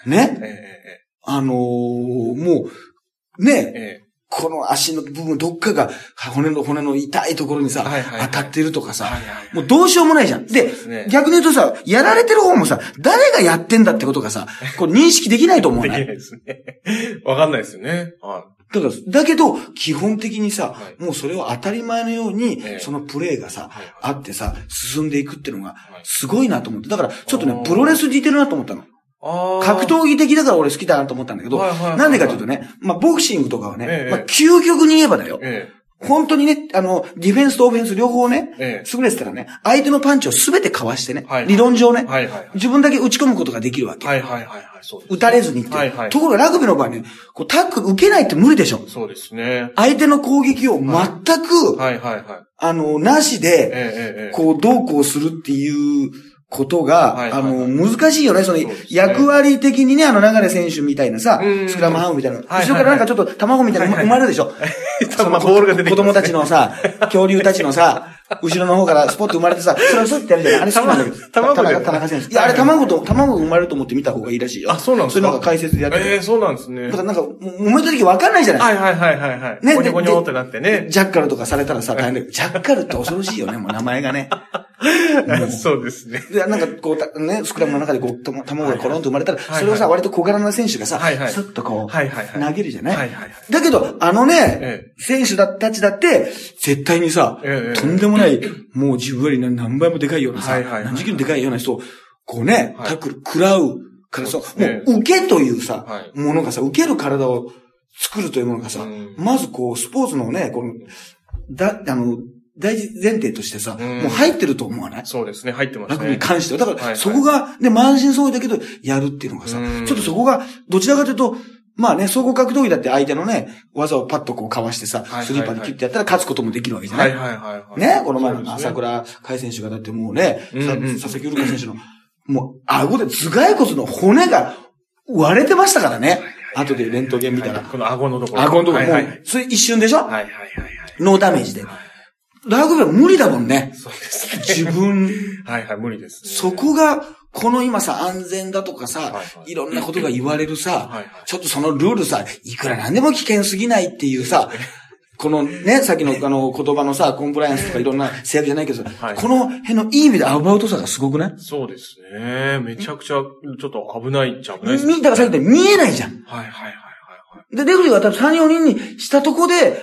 [SPEAKER 2] い。
[SPEAKER 1] ね
[SPEAKER 2] え、え
[SPEAKER 1] あのーもう、ね
[SPEAKER 2] え、ええ
[SPEAKER 1] この足の部分どっかがは骨の骨の痛いところにさ、
[SPEAKER 2] はいはいはい
[SPEAKER 1] 当たってるとか
[SPEAKER 2] え。
[SPEAKER 1] さ、
[SPEAKER 2] はいはいはい。
[SPEAKER 1] もうどうしようもないじゃん。で、
[SPEAKER 2] すね
[SPEAKER 1] 逆に言うとさ、やられてる方もさ、誰がやってんだってことがさ、こう認識できないと思う
[SPEAKER 2] できない
[SPEAKER 1] ね。
[SPEAKER 2] ですね。わかんないですよね。は
[SPEAKER 1] だから、だけど、基本的にさ、
[SPEAKER 2] はい
[SPEAKER 1] もうそれを当たり前のように、
[SPEAKER 2] ええ
[SPEAKER 1] そのプレーがさ、
[SPEAKER 2] はいはい
[SPEAKER 1] あってさ、進んでいくっていうのが
[SPEAKER 2] い。はい、
[SPEAKER 1] すごいなと思って。だから、ちょっと
[SPEAKER 2] あ
[SPEAKER 1] ね、
[SPEAKER 2] ー
[SPEAKER 1] プロレス似てるなと思ったの。
[SPEAKER 2] あー
[SPEAKER 1] 格闘技的だから俺好きだなと思ったんだけど、
[SPEAKER 2] はいはいはいはい
[SPEAKER 1] なんでかというとね、まあ、ボクシングとかはね、
[SPEAKER 2] ええ
[SPEAKER 1] まあ、究極に言えばだよ。
[SPEAKER 2] え
[SPEAKER 1] 本当にね、あの、ディフェンスとオフェンス両方ね、
[SPEAKER 2] え。え
[SPEAKER 1] 優れてたらね、相手のパンチを全てかわしてね、
[SPEAKER 2] はいはい
[SPEAKER 1] 理論上ね、
[SPEAKER 2] え。はいはいはい。
[SPEAKER 1] 自分だけ打ち込むことができるわけ。
[SPEAKER 2] はいはいはいはい。そうです、
[SPEAKER 1] 打たれずにっていう。
[SPEAKER 2] はいはい
[SPEAKER 1] と。ころがラグビーの場合ね、こうタックル受けないって無理でしょ。
[SPEAKER 2] そうですね。
[SPEAKER 1] 相手の攻撃を全く、
[SPEAKER 2] はいはいはい。
[SPEAKER 1] あの、なし
[SPEAKER 2] ええ
[SPEAKER 1] で、
[SPEAKER 2] ええええ。
[SPEAKER 1] こう、どうこうするっていうこと
[SPEAKER 2] は
[SPEAKER 1] が、
[SPEAKER 2] いは
[SPEAKER 1] あ
[SPEAKER 2] いはい
[SPEAKER 1] の、難しいよね。その
[SPEAKER 2] そうですね、
[SPEAKER 1] 役割的にね、あの、流れ選手みたいなさ
[SPEAKER 2] うん、
[SPEAKER 1] スクラムハーフみたいな、後
[SPEAKER 2] はいはい
[SPEAKER 1] ろからなんかちょっと卵みたいなの生まれるでしょ。
[SPEAKER 2] 多分ボールが出てき
[SPEAKER 1] 子
[SPEAKER 2] ま
[SPEAKER 1] 供
[SPEAKER 2] す
[SPEAKER 1] たちのさ、 恐竜たちのさ、後ろの方からスポッと生まれてさ、それをスってやるじゃないあれ好きなんだけど。
[SPEAKER 2] 卵
[SPEAKER 1] 田
[SPEAKER 2] 卵じゃ
[SPEAKER 1] 中
[SPEAKER 2] ん
[SPEAKER 1] 田中選手。いや、あれ卵と、卵が生まれると思って見た方がいいらしいよ。
[SPEAKER 2] あ、そうなんですか
[SPEAKER 1] そういうのが解説でやって
[SPEAKER 2] ええ
[SPEAKER 1] る。
[SPEAKER 2] そうなんですね
[SPEAKER 1] だか。らなんか、もう揉めた時わかんないじゃない
[SPEAKER 2] はいはいはいはいはい。
[SPEAKER 1] ね
[SPEAKER 2] ね、ゴニョゴニョってなってね。
[SPEAKER 1] ジャッカルとかされたらさ、大変だけど、ジャッカルって恐ろしいよね、もう名前がね。
[SPEAKER 2] そうですね。
[SPEAKER 1] で、なんかこうた、ね、スクラムの中でこう、たま卵がコロンと生まれたら、
[SPEAKER 2] いはい
[SPEAKER 1] それをさ、割と小柄な選手がさ、
[SPEAKER 2] はいはい
[SPEAKER 1] スッとこう、
[SPEAKER 2] はいはいはい
[SPEAKER 1] 投げるじゃな
[SPEAKER 2] はいはいはい
[SPEAKER 1] だけど、あのね、
[SPEAKER 2] ええ
[SPEAKER 1] 選手だたちだって、絶対にさ、
[SPEAKER 2] ええ
[SPEAKER 1] とんでもない、もう自分より何倍もでかいようなさ、
[SPEAKER 2] はいはいはい
[SPEAKER 1] 何十キロでかいような人を、こうね、
[SPEAKER 2] はい
[SPEAKER 1] タックル食らうからさ、
[SPEAKER 2] そうですね
[SPEAKER 1] もう受けというさ、
[SPEAKER 2] はい
[SPEAKER 1] ものがさ、受ける体を作るというものがさ、
[SPEAKER 2] うん
[SPEAKER 1] まずこう、スポーツのね、この、だ、あの、大事前提としてさ、
[SPEAKER 2] うん
[SPEAKER 1] もう入ってると思わない
[SPEAKER 2] そうですね。入ってま
[SPEAKER 1] ラ
[SPEAKER 2] す
[SPEAKER 1] グビー
[SPEAKER 2] ね
[SPEAKER 1] に。関しては。だか
[SPEAKER 2] はいは
[SPEAKER 1] ら、
[SPEAKER 2] い
[SPEAKER 1] そこが、ね、満身創痍だけど、やるっていうのがさ
[SPEAKER 2] う、ん
[SPEAKER 1] ちょっとそこが、どちらかというと、まあね、総合格闘技だって相手のね、技をパッとこうかわしてさ
[SPEAKER 2] はいはいは、い
[SPEAKER 1] スリーパーでキュッてやったら勝つこともできるわけじゃな
[SPEAKER 2] はい
[SPEAKER 1] い
[SPEAKER 2] はいはいはい。
[SPEAKER 1] ね、この前の
[SPEAKER 2] そう
[SPEAKER 1] 朝
[SPEAKER 2] ですね。
[SPEAKER 1] 倉海選手がだってもうね、さ
[SPEAKER 2] うんうん
[SPEAKER 1] 佐々木ウルカ選手の、もう、顎で頭蓋骨の骨が割れてましたからね。後でレントゲン見た
[SPEAKER 2] はい
[SPEAKER 1] ら。
[SPEAKER 2] この顎のところ。
[SPEAKER 1] 顎のとこ
[SPEAKER 2] は
[SPEAKER 1] ろ、
[SPEAKER 2] い
[SPEAKER 1] も、
[SPEAKER 2] はいはいう
[SPEAKER 1] それ一瞬でしょ
[SPEAKER 2] はいはいはいはい。
[SPEAKER 1] ノーダメージで。ラグビーは無理だもん ね。
[SPEAKER 2] そうですね。
[SPEAKER 1] 自分
[SPEAKER 2] はいはい、無理ですね。
[SPEAKER 1] そこが、この今さ、安全だとかさ、
[SPEAKER 2] はい
[SPEAKER 1] い
[SPEAKER 2] はい
[SPEAKER 1] ろんなことが言われるさ、
[SPEAKER 2] はいはい
[SPEAKER 1] ちょっとそのルールさ、いくらなんでも危険すぎないっていうさ、このね、さっきのあの言葉のさ、コンプライアンスとかいろんな制約じゃないけどさ、
[SPEAKER 2] はい
[SPEAKER 1] この辺のいい意味でアバウトさがすごくない
[SPEAKER 2] そうですね。めちゃくちゃ、ちょっと危ないっちゃ危ないですね。
[SPEAKER 1] みだからさっき言ったように見えないじゃん。
[SPEAKER 2] はいはいはいはいはい。
[SPEAKER 1] で、レフェリーが多分3、4人にしたとこで、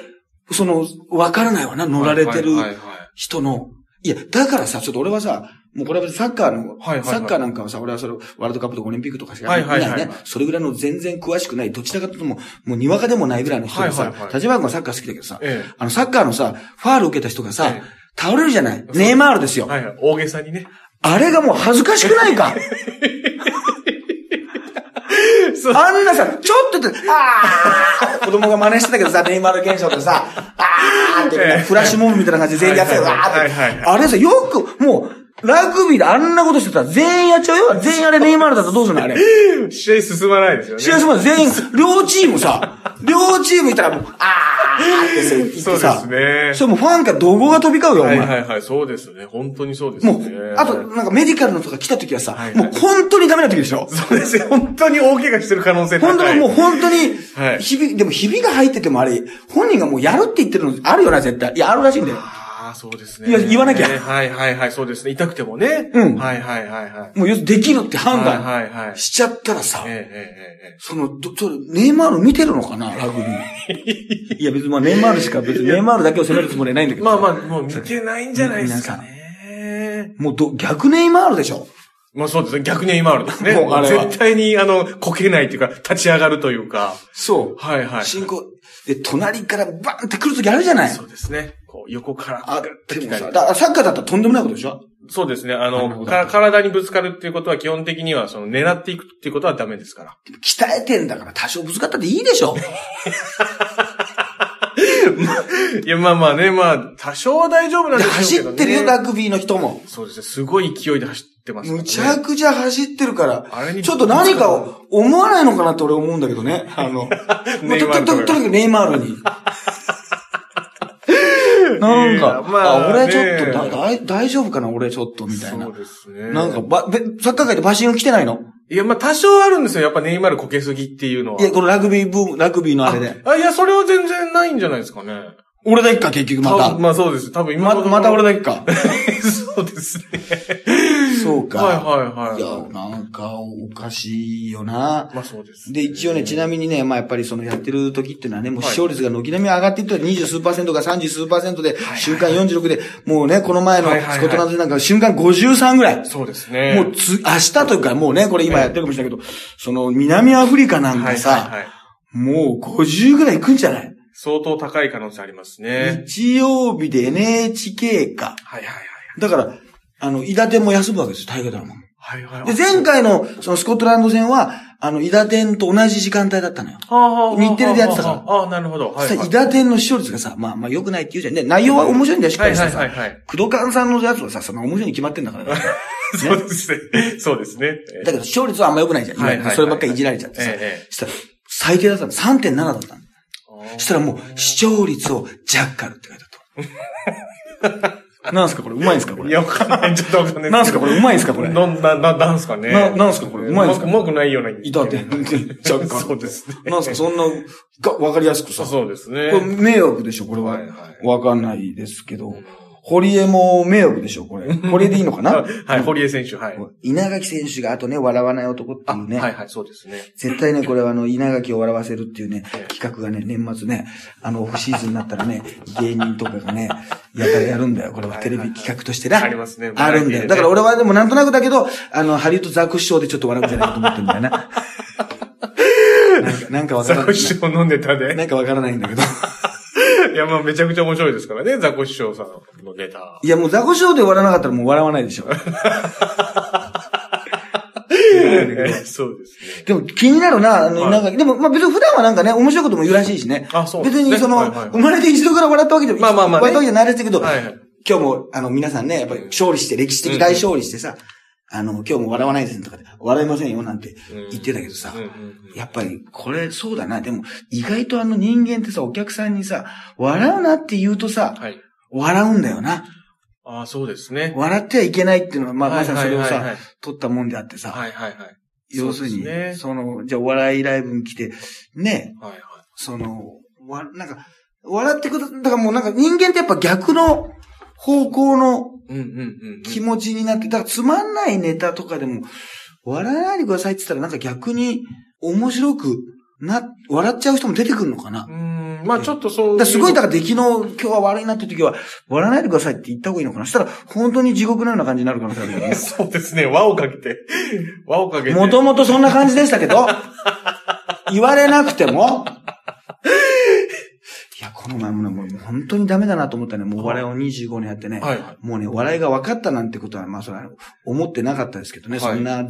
[SPEAKER 1] その、わからないわな、乗られてる
[SPEAKER 2] はいはいはい
[SPEAKER 1] 人の、いや、だからさ、ちょっと俺はさ、もうこれは別にサッカーの、
[SPEAKER 2] はいはいはい
[SPEAKER 1] サッカーなんかはさ、俺はそれ、ワールドカップとかオリンピックとかしか
[SPEAKER 2] はい
[SPEAKER 1] 見な
[SPEAKER 2] はいい
[SPEAKER 1] ね、
[SPEAKER 2] はい
[SPEAKER 1] それぐらいの全然詳しくない、どちらかというともう、もうにわかでもないぐらいの人がさ、
[SPEAKER 2] はいはいはい
[SPEAKER 1] 立場君はサッカー好きだけどさ、
[SPEAKER 2] ええ
[SPEAKER 1] あの、サッカーのさ、ファール受けた人がさ、
[SPEAKER 2] ええ
[SPEAKER 1] 倒れるじゃないネイマールですよ。
[SPEAKER 2] はいはい。大げさにね。
[SPEAKER 1] あれがもう恥ずかしくないか
[SPEAKER 2] そう
[SPEAKER 1] あんなさ、ちょっとって、あー子供が真似してたけどさ、 ネイマール現象ってさ、あーって
[SPEAKER 2] ええ
[SPEAKER 1] フラッシュモブみたいな感じで全員やってる、わ
[SPEAKER 2] はいはい
[SPEAKER 1] ー
[SPEAKER 2] は
[SPEAKER 1] っ
[SPEAKER 2] いはいはい
[SPEAKER 1] て。あれさ、よく、もう、ラグビーであんなことしてたら全員やっちゃうよ。全員あれネイマールだったらどうするのあれ。
[SPEAKER 2] 試合進まないですよね。
[SPEAKER 1] 試合すまで全員、両チームさ、両チームいたらもう、あーってさ、言って
[SPEAKER 2] そう
[SPEAKER 1] さ、
[SPEAKER 2] です
[SPEAKER 1] それもうファンから怒号が飛び交うよ、お
[SPEAKER 2] ね。はい
[SPEAKER 1] 前。
[SPEAKER 2] はいはい。そうですね。本当にそうですね。
[SPEAKER 1] もう、あと、なんかメディカルのとか来た時はさ、
[SPEAKER 2] はい
[SPEAKER 1] もう本当にダメな時でしょ
[SPEAKER 2] そうですよ。本当に大怪我してる可能性高い。
[SPEAKER 1] 本当にもう本当に
[SPEAKER 2] は、い
[SPEAKER 1] ひび、でもひびが入っててもあれ、本人がもうやるって言ってるのあるよな、絶対。いや、あるらしいんだよ。
[SPEAKER 2] ああ、そうですね。
[SPEAKER 1] いや言わなきゃ
[SPEAKER 2] ねはいはいはい、そうですね。痛くてもね。
[SPEAKER 1] うん
[SPEAKER 2] はいはいはいはい。
[SPEAKER 1] もう要するにできるって判断
[SPEAKER 2] はいはいはい。
[SPEAKER 1] しちゃったらさ
[SPEAKER 2] ええ、えええ
[SPEAKER 1] その、ど、それ、ネイマール見てるのかなラグビー。いや別にまあネイマールしか別にネイマールだけを責めるつもりはないんだ
[SPEAKER 2] え
[SPEAKER 1] けど。
[SPEAKER 2] まあまあ、もう見てないんじゃないですか
[SPEAKER 1] み
[SPEAKER 2] ね。
[SPEAKER 1] もうど、逆ネイマールでしょ
[SPEAKER 2] まあそうですね。逆に今あるですね。
[SPEAKER 1] もうあれは
[SPEAKER 2] 絶対に、あの、こけないというか、立ち上がるというか。
[SPEAKER 1] そう。
[SPEAKER 2] はいはい。
[SPEAKER 1] 進行。で、隣からバンって来るときあるじゃない
[SPEAKER 2] そうですね。こう、横から。
[SPEAKER 1] あ、
[SPEAKER 2] グッと
[SPEAKER 1] で
[SPEAKER 2] 来
[SPEAKER 1] も
[SPEAKER 2] たり
[SPEAKER 1] さ、だからサッカーだったらとんでもないことでしょ
[SPEAKER 2] そうですね。あ
[SPEAKER 1] なるほ
[SPEAKER 2] の、
[SPEAKER 1] ど
[SPEAKER 2] か体にぶつかるっていうことは基本的には、その、狙っていくっていうことはダメですから。
[SPEAKER 1] 鍛えてんだから多少ぶつかったっていいでし ょ
[SPEAKER 2] いや、まあまあね、まあ、多少は大丈夫なん
[SPEAKER 1] で
[SPEAKER 2] でし
[SPEAKER 1] 走
[SPEAKER 2] ょうけど
[SPEAKER 1] っ
[SPEAKER 2] ね。
[SPEAKER 1] てるよ、ラグビーの人も。
[SPEAKER 2] そうですね。すごい勢いで走ってますからね、
[SPEAKER 1] むちゃくちゃ走ってるから
[SPEAKER 2] あれ、に
[SPEAKER 1] ちょっと何かを思わないのかなって俺思うんだけど ね。あの、
[SPEAKER 2] ネイマ
[SPEAKER 1] と
[SPEAKER 2] ール
[SPEAKER 1] と
[SPEAKER 2] とか
[SPEAKER 1] とにかくネイマールに。なん
[SPEAKER 2] いや
[SPEAKER 1] か、
[SPEAKER 2] まあ
[SPEAKER 1] あ、俺ちょっ
[SPEAKER 2] ね
[SPEAKER 1] とだだい、大丈夫かな俺ちょっと、みたいな
[SPEAKER 2] そう。ですね。
[SPEAKER 1] なんか、ば、でサッカー界でバシンを来てないの
[SPEAKER 2] いや、まあ多少あるんですよ。やっぱネイマールこけすぎっていうのは。
[SPEAKER 1] いや、このラグビーブーム、ラグビーのあれで。
[SPEAKER 2] あ、いや、それは全然ないんじゃないですかね。
[SPEAKER 1] 俺だけか、結局ま
[SPEAKER 2] 多
[SPEAKER 1] た
[SPEAKER 2] 分。まあそうです。多分今
[SPEAKER 1] ま、また俺
[SPEAKER 2] だ。
[SPEAKER 1] だけか。
[SPEAKER 2] そうですね。
[SPEAKER 1] そうか。
[SPEAKER 2] はいはいはい
[SPEAKER 1] いや、なんか、おかしいよな。
[SPEAKER 2] まあそうです、
[SPEAKER 1] で、一応ね、ちな
[SPEAKER 2] み
[SPEAKER 1] みにね、まあ、やっぱりそのやってる時っていうのはね、もう
[SPEAKER 2] はい
[SPEAKER 1] 視聴率が軒並み上がっていったら20数パーセントが30数パーセントで、瞬間46で、もうね、この前の
[SPEAKER 2] はいはいはい
[SPEAKER 1] スコットランド戦なんか瞬間53ぐらい。
[SPEAKER 2] そうですね。
[SPEAKER 1] もうつ、明日というか、もうね、これ今やってるかもしれないけど、その南アフリカなん
[SPEAKER 2] は
[SPEAKER 1] か
[SPEAKER 2] いはい
[SPEAKER 1] さ、
[SPEAKER 2] はい。
[SPEAKER 1] もう50ぐらい行くんじゃない
[SPEAKER 2] 相当高い可能性ありますね。
[SPEAKER 1] 日曜日で NHK か。
[SPEAKER 2] はいはい
[SPEAKER 1] だから、あの、伊達も休むわけですよ、大河ドラマも。
[SPEAKER 2] はい。はいはい。
[SPEAKER 1] で、前回の、そのスコットランド戦は、あの、伊達店と同じ時間帯だったのよ。
[SPEAKER 2] はあはあはあ
[SPEAKER 1] 日テレでやってたから
[SPEAKER 2] ああ、なるほど。
[SPEAKER 1] そ
[SPEAKER 2] は
[SPEAKER 1] し
[SPEAKER 2] い、
[SPEAKER 1] たら、
[SPEAKER 2] はい。
[SPEAKER 1] 伊田店の視聴率がさ、まあまあ良くないって言うじゃん。で、内容は面白いんだよ、しっか
[SPEAKER 2] はい
[SPEAKER 1] りし
[SPEAKER 2] は
[SPEAKER 1] た
[SPEAKER 2] い
[SPEAKER 1] さ。
[SPEAKER 2] はいはい。
[SPEAKER 1] 工藤勘さんのやつはさ、その面白いに決まってんだから。だ
[SPEAKER 2] そうですね。そうですね。
[SPEAKER 1] けど、視聴率はあんま良くないじゃん。
[SPEAKER 2] はいはいはい
[SPEAKER 1] そればっかりいじられちゃってさ。
[SPEAKER 2] えええ
[SPEAKER 1] したら、最低だったの。3.7だったの。
[SPEAKER 2] え
[SPEAKER 1] したらもう、視聴率をジャッカルって書いてあった。なんすかこれうまいんすかこ
[SPEAKER 2] い
[SPEAKER 1] れ。
[SPEAKER 2] や、わかんない。ちょっとわかんな い。
[SPEAKER 1] なんすかこれうまいんすかこれ。
[SPEAKER 2] な、な、な、なんすかね。
[SPEAKER 1] ななんすかこれうまいんすか
[SPEAKER 2] うまくないような。
[SPEAKER 1] 伊田店、ジャッカル。
[SPEAKER 2] そうですね。
[SPEAKER 1] なんすかそんな、がわかりやすくさ。
[SPEAKER 2] そうですね。
[SPEAKER 1] これ迷惑でしょ、これは
[SPEAKER 2] はいは。
[SPEAKER 1] わかんないですけど。堀江も迷惑でしょ、こ れ。これでいいのかな
[SPEAKER 2] はい、堀江選手、はい。
[SPEAKER 1] 稲垣選手があとね、笑わない男っていうね。
[SPEAKER 2] はいはい、そうですね。
[SPEAKER 1] 絶対ね、これはあの、稲垣を笑わせるっていうね
[SPEAKER 2] ええ、
[SPEAKER 1] 企画がね、年末ね、あの、オフシーズンになったらね、芸人とかがね、やたらやるんだよ。これはテレビ企画としてな。
[SPEAKER 2] ありますね
[SPEAKER 1] あるんだよ。だから俺はでもなんとなくだけど、あの、ハリウッドザコシショウでちょっと笑うんじゃないかと思ってるんだよな。なんか、なんかわか
[SPEAKER 2] ザ
[SPEAKER 1] らな
[SPEAKER 2] コシシ
[SPEAKER 1] い。
[SPEAKER 2] ョウ飲んでたで。
[SPEAKER 1] なんかわからないんだけど。
[SPEAKER 2] いや、まあめちゃくちゃ面白いですからね、ザコシショウさんのネタ。
[SPEAKER 1] いや、もうザコシショウで笑わなかったらもう笑わないで しょ。
[SPEAKER 2] そうですね。
[SPEAKER 1] でも気になるな、あの、
[SPEAKER 2] はい
[SPEAKER 1] なんか、でも、まあ別に普段はなんかね、面白いことも言うらしいしね。
[SPEAKER 2] あそうです
[SPEAKER 1] 別
[SPEAKER 2] ね
[SPEAKER 1] にその、
[SPEAKER 2] はいはいはい
[SPEAKER 1] 生まれて一度から笑ったわけでも、
[SPEAKER 2] まあまあまあね
[SPEAKER 1] 笑ったわけじゃないですけど、
[SPEAKER 2] はいはい
[SPEAKER 1] 今日も、あの、皆さんね、やっぱり勝利して、歴史的大勝利してさ、あの、今日も笑わないですねとかで、笑いませんよなんて言ってたけどさ、
[SPEAKER 2] うんうんうん
[SPEAKER 1] やっぱり、これ、そうだな。でも、意外とあの人間ってさ、お客さんにさ、笑うなって言うとさ、
[SPEAKER 2] はい。
[SPEAKER 1] 笑うんだよな。
[SPEAKER 2] ああ、そうですね。
[SPEAKER 1] 笑ってはいけないっていうのは、まあ、まさにそれを
[SPEAKER 2] はいはいは
[SPEAKER 1] さ
[SPEAKER 2] いはい、
[SPEAKER 1] 取ったもんであってさ、
[SPEAKER 2] はいはいはい。
[SPEAKER 1] 要するに、
[SPEAKER 2] そ
[SPEAKER 1] そ,、
[SPEAKER 2] うですね
[SPEAKER 1] の、じゃあお笑いライブに来て、ね、
[SPEAKER 2] はいはい。
[SPEAKER 1] その、わ、なんか、笑ってくだ、だからもうなんか人間ってやっぱ逆の方向の
[SPEAKER 2] うんうんうんうん。
[SPEAKER 1] 気持ちになって、だからつまんないネタとかでも、笑わないでくださいって言ったらなんか逆に面白くな、笑っちゃう人も出てくるのかな。だ
[SPEAKER 2] う
[SPEAKER 1] か
[SPEAKER 2] ーん、まあちょっとそういう。
[SPEAKER 1] らすごい、だから出来の今日は悪いなって時は、笑わないでくださいって言った方がいいのかな。そしたら本当に地獄のような感じになるかもしれない。
[SPEAKER 2] そうですね、輪をかけて。輪をかけて。
[SPEAKER 1] もともとそんな感じでしたけ ど、言われなくても、いや、この前もね、もう本当にダメだなと思ったね。もうお笑いを25年やってね。
[SPEAKER 2] はいはい
[SPEAKER 1] もうね、お笑いが分かったなんてことは、まあ、それは思ってなかったですけどね。
[SPEAKER 2] はい
[SPEAKER 1] そんな、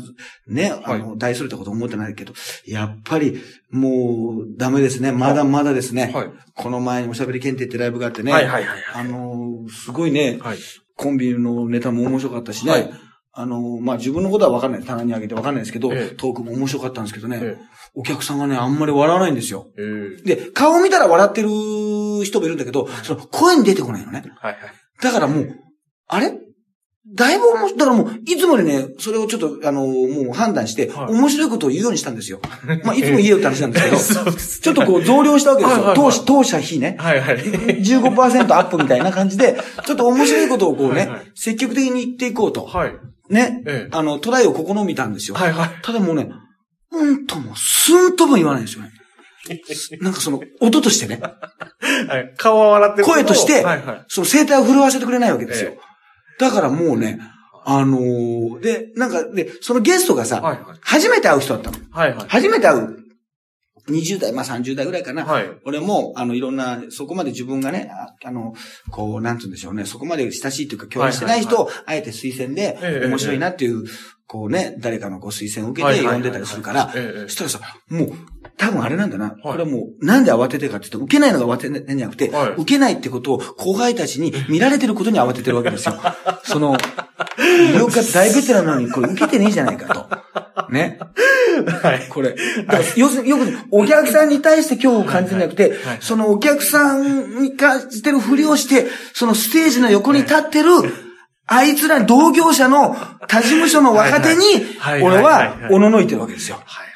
[SPEAKER 1] ね、あの、大それたこと思ってないけど、やっぱり、もう、ダメですね。まだまだですね。
[SPEAKER 2] はい
[SPEAKER 1] この前におしゃべり検定ってライブがあってね。
[SPEAKER 2] はいはいはいは
[SPEAKER 1] あのー、すごいね
[SPEAKER 2] い。、はい。
[SPEAKER 1] コンビのネタも面白かったしね。
[SPEAKER 2] はい
[SPEAKER 1] あの、まあ、自分のことは分かんない。棚にあげて分かんないですけど、
[SPEAKER 2] ええ
[SPEAKER 1] トークも面白かったんですけどね、
[SPEAKER 2] え
[SPEAKER 1] お客さんがね、あんまり笑わないんですよ。
[SPEAKER 2] えー。
[SPEAKER 1] で、顔見たら笑ってる人もいるんだけど、その声に出てこないのね。
[SPEAKER 2] はいはい。
[SPEAKER 1] だからもう、あれだいぶ面白い、だからもう、いつもよりね、それをちょっと、あのもう判断して、
[SPEAKER 2] はい
[SPEAKER 1] 面白いことを言うようにしたん ですよ。まあ、いつも言えよって話なんですけ
[SPEAKER 2] そう
[SPEAKER 1] ど、
[SPEAKER 2] です
[SPEAKER 1] ちょっとこう増量したわけです
[SPEAKER 2] はいはいは
[SPEAKER 1] よ。当
[SPEAKER 2] い
[SPEAKER 1] 社、当社費ね。
[SPEAKER 2] はいはい。
[SPEAKER 1] 15%アップみたいな感じで、ちょっと面白いことをこうね、
[SPEAKER 2] はいはい
[SPEAKER 1] 積極的に言っていこうと。
[SPEAKER 2] はい。
[SPEAKER 1] ね、
[SPEAKER 2] ええ
[SPEAKER 1] あの、トライを試みたんですよ。
[SPEAKER 2] はいはい。
[SPEAKER 1] ただもうね、うんとも、すんとも言わないんで すよね。なんかその、音としてね、
[SPEAKER 2] はい顔は笑ってるけど
[SPEAKER 1] 声として
[SPEAKER 2] はいはい。
[SPEAKER 1] その声帯を震わせてくれないわけですよ。
[SPEAKER 2] え
[SPEAKER 1] だからもうね、あのーで、なんか、で、そのゲストがさ、
[SPEAKER 2] はいはい
[SPEAKER 1] 初めて会う人だったの。
[SPEAKER 2] はいはい。
[SPEAKER 1] 初めて会う。20代、まあ30代ぐらいかな。
[SPEAKER 2] はい
[SPEAKER 1] 俺も、あの、いろんな、そこまで自分がね、ああの、こう、なんつうんでしょうね、そこまで親しいというか、共演してない人を、あえて推薦で
[SPEAKER 2] え、え
[SPEAKER 1] 面白いなっていう、こうね、誰かのご推薦を受け
[SPEAKER 2] はい
[SPEAKER 1] て
[SPEAKER 2] はいはい
[SPEAKER 1] 呼んでたりするから
[SPEAKER 2] えええ、え
[SPEAKER 1] そしたらさ、もう、多分あれなんだな。これはもう、なんで慌ててるかって言って、受けないのが慌ててんじゃなくて、
[SPEAKER 2] はい
[SPEAKER 1] 受けないってことを後輩たちに見られてることに慌ててるわけ ですよ。その、 医療科大ベテランなのに、これ受けてねえじゃないかと。ね。
[SPEAKER 2] はい。
[SPEAKER 1] これ。だから要するに、よく、お客さんに対して恐怖を感じるんじゃなくて
[SPEAKER 2] はいはい、
[SPEAKER 1] そのお客さんに感じてるふりをして、そのステージの横に立ってる、あいつら同業者の他事務所の若手に
[SPEAKER 2] はいはいはい、はい
[SPEAKER 1] 俺
[SPEAKER 2] はいはい
[SPEAKER 1] は
[SPEAKER 2] はい、
[SPEAKER 1] おののいてるわけですよ。
[SPEAKER 2] はい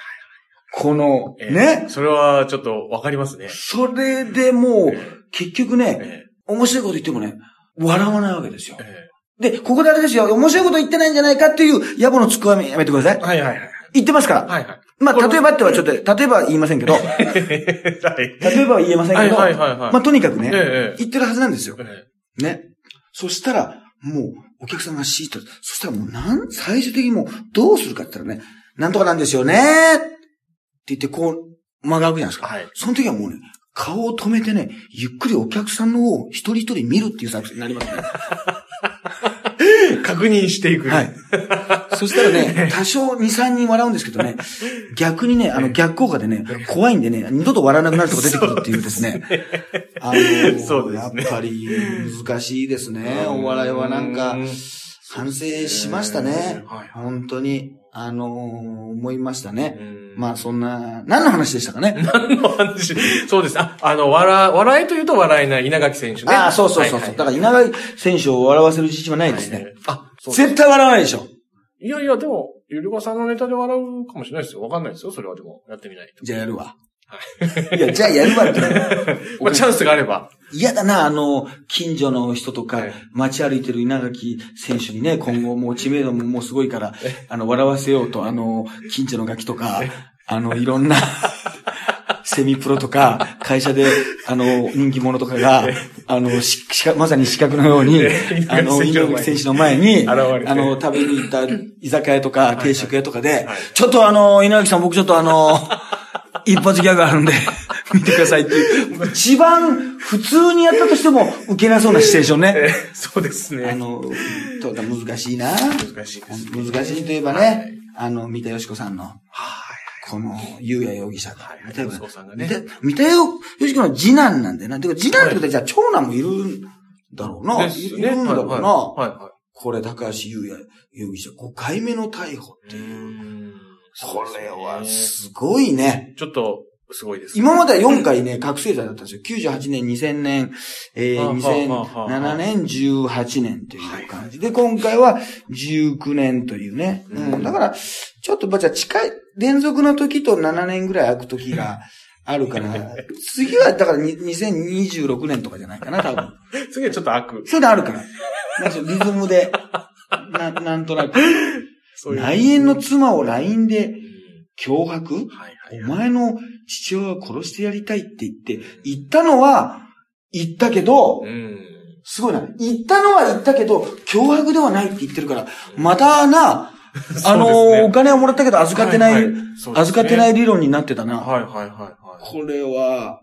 [SPEAKER 1] この、
[SPEAKER 2] はい。ええ
[SPEAKER 1] ね。
[SPEAKER 2] それはちょっとわかりますね。
[SPEAKER 1] それでも
[SPEAKER 2] え
[SPEAKER 1] う、結局ね、
[SPEAKER 2] え
[SPEAKER 1] 面白いこと言ってもね、笑わないわけですよ
[SPEAKER 2] え。え
[SPEAKER 1] で、ここであれですよ、面白いこと言ってないんじゃないかっていう野暮のツッコミやめてください
[SPEAKER 2] え。はいはいはい。
[SPEAKER 1] 言ってますから。
[SPEAKER 2] はい はい。
[SPEAKER 1] ま
[SPEAKER 2] こ
[SPEAKER 1] あ、
[SPEAKER 2] れ
[SPEAKER 1] 例えばってはちょっと、例えばは言いませんけど、
[SPEAKER 2] はい。
[SPEAKER 1] 例えばは言えませんけど、
[SPEAKER 2] はいはいはいはい
[SPEAKER 1] まあとにかくね、
[SPEAKER 2] ええええ
[SPEAKER 1] 言ってるはずなんですよ。
[SPEAKER 2] え
[SPEAKER 1] ね。そしたら、もう、お客さんがシート、そしたらもう、なん、最終的にもう、どうするかって言ったらね、なんとかなんですよねって言って、こう、間が空くじゃないですか。
[SPEAKER 2] はい
[SPEAKER 1] その時はもうね、顔を止めてね、ゆっくりお客さんの方を一人一人見るっていう作戦になりますね。
[SPEAKER 2] え確認していく。
[SPEAKER 1] はい。そしたらね、多少2、3人笑うんですけどね、 逆にね、あの逆効果でね、怖いんでね、二度と笑わなくなる人が出てくるっていうです ね。あのー
[SPEAKER 2] そうですね
[SPEAKER 1] やっぱり難しいですね。
[SPEAKER 2] うん
[SPEAKER 1] お笑いはなんか
[SPEAKER 2] うん、
[SPEAKER 1] 反省しましたね。
[SPEAKER 2] はい
[SPEAKER 1] 本当に、あのー思いましたね。ま
[SPEAKER 2] ま
[SPEAKER 1] あそんな、何の話でしたかね。
[SPEAKER 2] あ、何の話 そうです。あ、あの、笑、笑いというと笑えない稲垣選手ね。
[SPEAKER 1] ああ、そうそうそう
[SPEAKER 2] は
[SPEAKER 1] そう。
[SPEAKER 2] い
[SPEAKER 1] だ
[SPEAKER 2] はい
[SPEAKER 1] から稲垣選手を笑わせる自信はないですね。
[SPEAKER 2] あ、そうです
[SPEAKER 1] 絶対笑わないでしょ。
[SPEAKER 2] いやいや、でも、ゆりかさんのネタで笑うかもしれないですよ。わかんないですよ。それはでも、やってみないと。
[SPEAKER 1] じゃあやるわ。いや、じゃあやるわって。
[SPEAKER 2] まあ、チャンスがあれば。
[SPEAKER 1] 嫌だな、あの、近所の人とか
[SPEAKER 2] はい、
[SPEAKER 1] 街歩いてる稲垣選手にね、今後もう知名度ももうすごいから、あの、笑わせようと、あの、近所のガキとか、あの、いろ んな、セミプロとか、会社で、あの、人気者とかが、あの、し、しか、まさに資格のように
[SPEAKER 2] え、
[SPEAKER 1] あ の、
[SPEAKER 2] 稲
[SPEAKER 1] 稲
[SPEAKER 2] 垣
[SPEAKER 1] 垣
[SPEAKER 2] 選
[SPEAKER 1] 選手の前に、
[SPEAKER 2] 現れて
[SPEAKER 1] あの、食べに行った居酒屋とか、定食屋とかで
[SPEAKER 2] はい、
[SPEAKER 1] ちょっとあの、稲垣さん、僕ちょっとあ の、一発ギャグあるんで、 見てくださいっていう。一番普通にやったとしても、受けなそうなシチュエーション
[SPEAKER 2] え
[SPEAKER 1] ね。
[SPEAKER 2] そうです
[SPEAKER 1] あ
[SPEAKER 2] ね。
[SPEAKER 1] の、と難しいな。
[SPEAKER 2] 難しいです。
[SPEAKER 1] 難しいといえばね、あの、三田よし子さんの、この、ゆうや容疑者が
[SPEAKER 2] はい。
[SPEAKER 1] 三田よ
[SPEAKER 2] 息子さんがね
[SPEAKER 1] 三田三田よし子の次男なんだよな。てか、次男ってことは、じゃあ長男もいるんだろうな。
[SPEAKER 2] です
[SPEAKER 1] い
[SPEAKER 2] よ
[SPEAKER 1] いるんだろう
[SPEAKER 2] はい
[SPEAKER 1] な。
[SPEAKER 2] は
[SPEAKER 1] これ、高橋優也容疑者5回目の逮捕。
[SPEAKER 2] いはい。うん
[SPEAKER 1] これは
[SPEAKER 2] ち
[SPEAKER 1] すごいね。
[SPEAKER 2] ょっと、すごいですね。
[SPEAKER 1] 今までは4回ね、覚醒剤だったんですよ。98年、2000年、え
[SPEAKER 2] はあ
[SPEAKER 1] ー、
[SPEAKER 2] はあは
[SPEAKER 1] 2007
[SPEAKER 2] あ
[SPEAKER 1] 年、18年という感じで、今回は19年というね。
[SPEAKER 2] うん
[SPEAKER 1] うんだから、ちょっと、まあじゃあ近い、連続の時と7年ぐらい空く時がある から、次はだからに2026年とかじゃないかな、多分。
[SPEAKER 2] 次はちょっと悪。
[SPEAKER 1] そういうのあるから。なんかそのリズムで、な、なんとなく。
[SPEAKER 2] そういう。
[SPEAKER 1] 内縁の妻を LINE で
[SPEAKER 2] うん
[SPEAKER 1] 脅迫
[SPEAKER 2] はいは
[SPEAKER 1] お
[SPEAKER 2] いはい。
[SPEAKER 1] 前の父親を殺してやりたいって言って、言ったのは、言ったけど
[SPEAKER 2] う、ん。
[SPEAKER 1] すごいな。言ったのは言ったけど、脅迫ではないって言ってるから、またな、あ
[SPEAKER 2] そうですね
[SPEAKER 1] の、お金をもらったけど預かってな
[SPEAKER 2] はいいはい、そうですね
[SPEAKER 1] 預かってない理論になってたな。
[SPEAKER 2] はいはいはいは
[SPEAKER 1] これは、